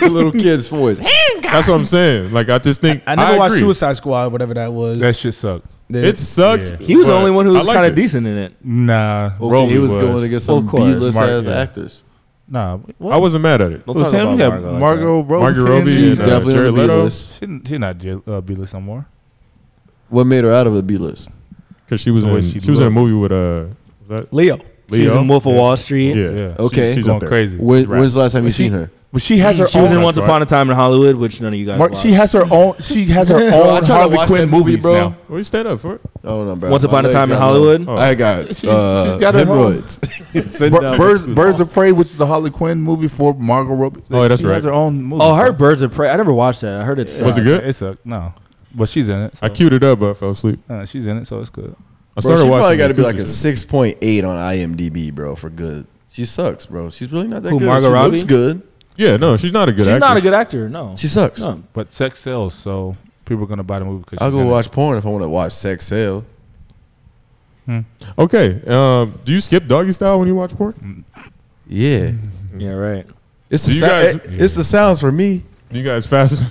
Speaker 7: the little kid's voice.
Speaker 5: That's what I'm saying. Like I just think
Speaker 6: I never watched
Speaker 5: agree.
Speaker 6: Suicide Squad, whatever that was.
Speaker 8: that shit sucked.
Speaker 5: It sucked.
Speaker 8: Yeah.
Speaker 4: He was the
Speaker 5: but
Speaker 4: only one who
Speaker 5: I
Speaker 4: was
Speaker 5: liked
Speaker 4: kind of
Speaker 5: it.
Speaker 4: decent in it.
Speaker 8: Nah.
Speaker 7: Okay,
Speaker 8: Roby
Speaker 7: he was, going against some
Speaker 4: Of course.
Speaker 7: B-list
Speaker 8: Mark-
Speaker 7: ass
Speaker 8: yeah.
Speaker 7: actors.
Speaker 8: Nah. What?
Speaker 5: I wasn't mad at it.
Speaker 4: Don't
Speaker 8: It was
Speaker 4: talk
Speaker 8: him.
Speaker 4: about
Speaker 8: We
Speaker 4: Margot like
Speaker 8: had Margot Robbie.
Speaker 5: Margot Robbie
Speaker 7: She's
Speaker 5: and, uh,
Speaker 7: definitely
Speaker 5: Jared
Speaker 7: on the
Speaker 5: Leto.
Speaker 7: B-list.
Speaker 8: She, she not J- uh, B-list no more.
Speaker 7: What made her out of a B-list?
Speaker 5: Because she was
Speaker 8: The way
Speaker 5: in,
Speaker 8: she
Speaker 5: she, was in a
Speaker 8: looked.
Speaker 5: movie with uh was that
Speaker 6: Leo.
Speaker 4: that. She was
Speaker 5: Leo?
Speaker 4: in Wolf of Wall Street.
Speaker 5: Yeah.
Speaker 8: Yeah.
Speaker 7: Okay.
Speaker 5: She, she's
Speaker 8: going
Speaker 5: up there.
Speaker 8: crazy.
Speaker 7: When,
Speaker 5: Right.
Speaker 7: When's the last time you
Speaker 8: she-
Speaker 7: seen her?
Speaker 8: But she has her
Speaker 4: She was
Speaker 8: own.
Speaker 4: in Once Upon a Time in Hollywood, which none of you guys.
Speaker 8: Mark,
Speaker 4: watched.
Speaker 8: she has her own. She has her
Speaker 7: Bro, I
Speaker 8: own
Speaker 7: tried to
Speaker 8: Harley
Speaker 7: watch
Speaker 8: Quinn
Speaker 7: that movie,
Speaker 8: movies
Speaker 7: bro.
Speaker 8: now.
Speaker 5: Oh, you stand up for it.
Speaker 7: Oh no, bro.
Speaker 4: Once
Speaker 7: My
Speaker 4: Upon a
Speaker 7: legs
Speaker 4: Time in
Speaker 7: got
Speaker 4: Hollywood.
Speaker 7: numb. Oh. I got
Speaker 8: She's-
Speaker 7: uh,
Speaker 8: she's got her
Speaker 7: hemorrhoids. Sitting
Speaker 8: Bir-
Speaker 7: down.
Speaker 8: Birds, Birds of Prey, which is a Harley Quinn movie for Margot Robbie.
Speaker 5: Oh, that's
Speaker 8: she
Speaker 5: right.
Speaker 8: Has her own movie.
Speaker 4: Oh, her Birds of Prey. I never watched that. I heard it's. uh,
Speaker 5: Was it good?
Speaker 8: It's a no, but she's in it. So,
Speaker 5: I queued it up, but I fell asleep.
Speaker 8: uh, she's in it, so it's good.
Speaker 5: I
Speaker 7: Bro,
Speaker 5: started
Speaker 7: she
Speaker 5: watching.
Speaker 7: probably got to be
Speaker 5: Yakuza
Speaker 7: like a
Speaker 5: shit.
Speaker 7: six point eight on IMDb, bro, for good. She sucks, bro. She's really not that
Speaker 4: Who,
Speaker 7: good.
Speaker 4: Margot
Speaker 7: she
Speaker 4: Robbie?
Speaker 7: looks good.
Speaker 5: Yeah, no, she's not a good.
Speaker 4: She's not a
Speaker 5: actress.
Speaker 4: good actor. No.
Speaker 7: She sucks.
Speaker 4: no.
Speaker 8: But sex sells, so people are gonna buy the movie because
Speaker 7: I'll go watch porn if I want to watch sex sale.
Speaker 5: Okay. Um, do you skip doggy style when you watch porn?
Speaker 7: Yeah,
Speaker 4: Yeah. Right.
Speaker 7: Mm. it's the
Speaker 5: Do you
Speaker 7: sou-
Speaker 5: guys-
Speaker 7: it- it's the sounds for me.
Speaker 5: Do you guys fast?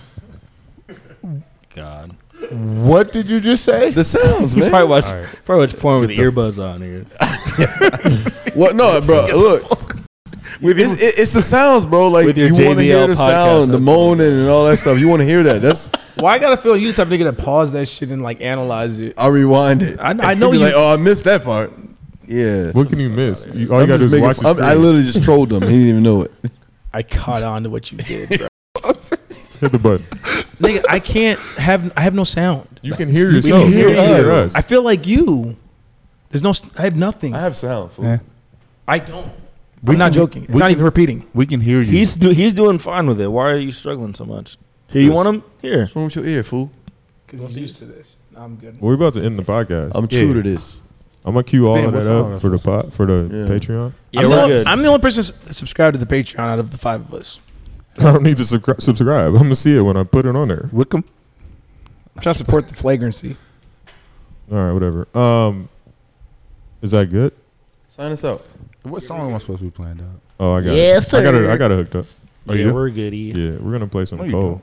Speaker 4: God.
Speaker 8: What did you just say?
Speaker 7: The sounds,
Speaker 4: You
Speaker 7: man.
Speaker 4: probably watch.
Speaker 8: Alright.
Speaker 4: Probably watch porn with earbuds on here.
Speaker 7: What? No, bro. Look, it's, it- it's the sounds, bro. Like
Speaker 4: With your
Speaker 7: you want to hear
Speaker 4: JBL
Speaker 7: the
Speaker 4: podcast,
Speaker 7: sound, the
Speaker 4: that's-
Speaker 7: moaning, and all that stuff. You want to hear that? That's
Speaker 6: Why I gotta feel you the type of nigga that pause that shit and like analyze it.
Speaker 7: I rewind it.
Speaker 6: I- I
Speaker 7: And
Speaker 6: know
Speaker 7: be
Speaker 6: you-
Speaker 7: Like, oh, I missed that part. Yeah.
Speaker 5: What can you miss? You, all you gotta
Speaker 7: I'm just
Speaker 5: do is
Speaker 7: making-
Speaker 5: watch the
Speaker 7: I'm- I
Speaker 5: screen.
Speaker 7: literally just trolled him. He didn't even know it.
Speaker 6: I caught on to what you did, bro.
Speaker 5: Hit the button.
Speaker 6: nigga, I can't have I have no sound.
Speaker 5: You can hear yourself.
Speaker 6: can
Speaker 5: You
Speaker 6: hear
Speaker 5: can hear
Speaker 6: you.
Speaker 5: us.
Speaker 6: I feel like you. There's no s- I have nothing.
Speaker 7: I have sound. Fool.
Speaker 8: Yeah.
Speaker 6: I don't. I'm not joking. It's
Speaker 8: we
Speaker 6: not
Speaker 8: can-
Speaker 6: even repeating.
Speaker 8: We can hear you.
Speaker 4: He's do, he's doing fine with it. Why are you struggling so much? Here, you want them? Here.
Speaker 7: What's wrong with your ear, fool?
Speaker 6: because he's used to this. I'm good.
Speaker 5: We're about to end the podcast.
Speaker 7: I'm
Speaker 5: Yeah.
Speaker 7: true to this.
Speaker 5: I'm gonna queue all
Speaker 9: Damn,
Speaker 5: of
Speaker 9: what
Speaker 5: that
Speaker 9: song
Speaker 5: up for the pot for the
Speaker 7: Yeah.
Speaker 5: Patreon.
Speaker 4: Yeah,
Speaker 6: I'm, the
Speaker 4: we're
Speaker 6: only,
Speaker 4: good.
Speaker 6: I'm the only person s- subscribed to the Patreon out of the five of us.
Speaker 5: I don't need to subscri- subscribe. I'm gonna see it when I put it on there.
Speaker 8: Wickham.
Speaker 6: I'm trying to support the flagrancy.
Speaker 5: All right, whatever. Um, is that good?
Speaker 7: Sign us out.
Speaker 8: What song am I supposed to be playing, dog?
Speaker 5: Oh, I got it. I got it. I got it hooked up.
Speaker 4: Oh, yeah, we're goody.
Speaker 5: Yeah, we're gonna play some
Speaker 8: No, Oh, you
Speaker 5: Cole.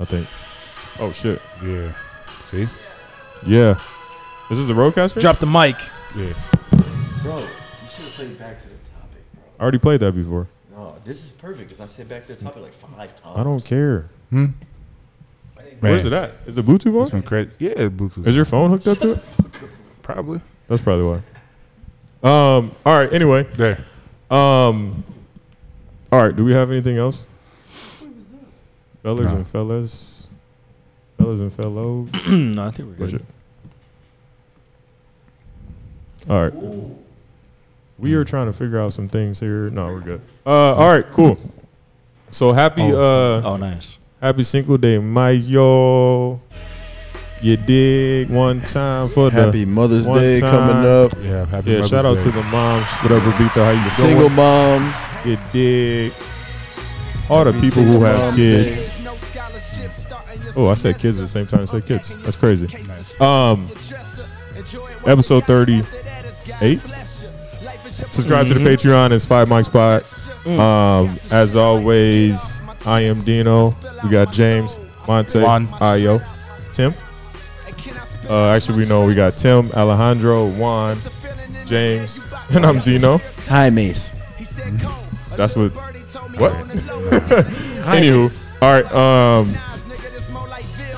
Speaker 5: I think. Oh shit.
Speaker 8: Yeah. See?
Speaker 5: Yeah. Is this the roadcaster?
Speaker 6: Drop the mic.
Speaker 8: Yeah.
Speaker 7: Bro, you should have played back to the topic, bro.
Speaker 5: I already played that before.
Speaker 7: No, this is perfect because I said back to the topic like five times.
Speaker 5: I don't care.
Speaker 8: Man.
Speaker 5: Where's it at? Is the Bluetooth on?
Speaker 8: It's been crazy. Yeah, Bluetooth.
Speaker 5: Is your phone hooked up to it?
Speaker 8: probably?
Speaker 5: That's probably why. Um. All right. Anyway.
Speaker 8: There.
Speaker 5: Um. All right. Do we have anything else? Fellers and fellas, fellas and fellows.
Speaker 4: Hmm, no, I think we're
Speaker 5: Push
Speaker 4: good.
Speaker 5: it. All right. We are trying to figure out some things here. No, we're good. Uh, all right. Cool. So happy. Uh,
Speaker 4: Oh, nice.
Speaker 5: Happy Cinco de Mayo. You dig one time for the
Speaker 7: Happy Mother's
Speaker 5: one
Speaker 7: Day
Speaker 5: time.
Speaker 7: coming up.
Speaker 8: Yeah, happy
Speaker 5: Yeah,
Speaker 8: Mother's
Speaker 5: shout out
Speaker 8: Day.
Speaker 5: to the moms, whatever beat the how you
Speaker 7: Single
Speaker 5: doing.
Speaker 7: moms.
Speaker 5: You dig all the
Speaker 7: Happy
Speaker 5: people who
Speaker 7: Single
Speaker 5: have
Speaker 7: Moms
Speaker 5: kids. Oh, I said kids at the same time. I said kids. That's crazy. Um, episode thirty-eight. Subscribe to the Patreon. It's Five Mike Spot. Um, as always, I am Dino. We got James, Monte,
Speaker 8: Juan.
Speaker 5: Ayo, Tim. Uh, actually, we know we got Tim, Alejandro, Juan, James, and I'm Zeno.
Speaker 7: Hi, Mace.
Speaker 5: That's what. What? Anywho, all right. Um,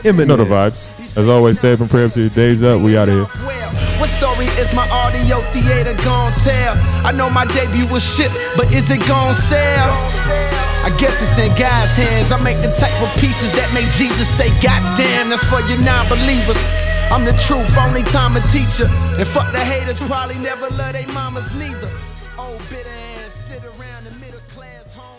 Speaker 7: Him
Speaker 5: you know the vibes. As always, stay up and pray up to your days up. We out of here.
Speaker 10: What story is my audio theater gon' tell? I know my debut was shit, but is it gon' sell? I guess it's in God's hands. I make the type of pieces that make Jesus say, God damn, that's for you non believers. I'm the truth, only time a teacher. And fuck the haters, probably never love they mamas neither. Old bitter ass, sit around the middle class home.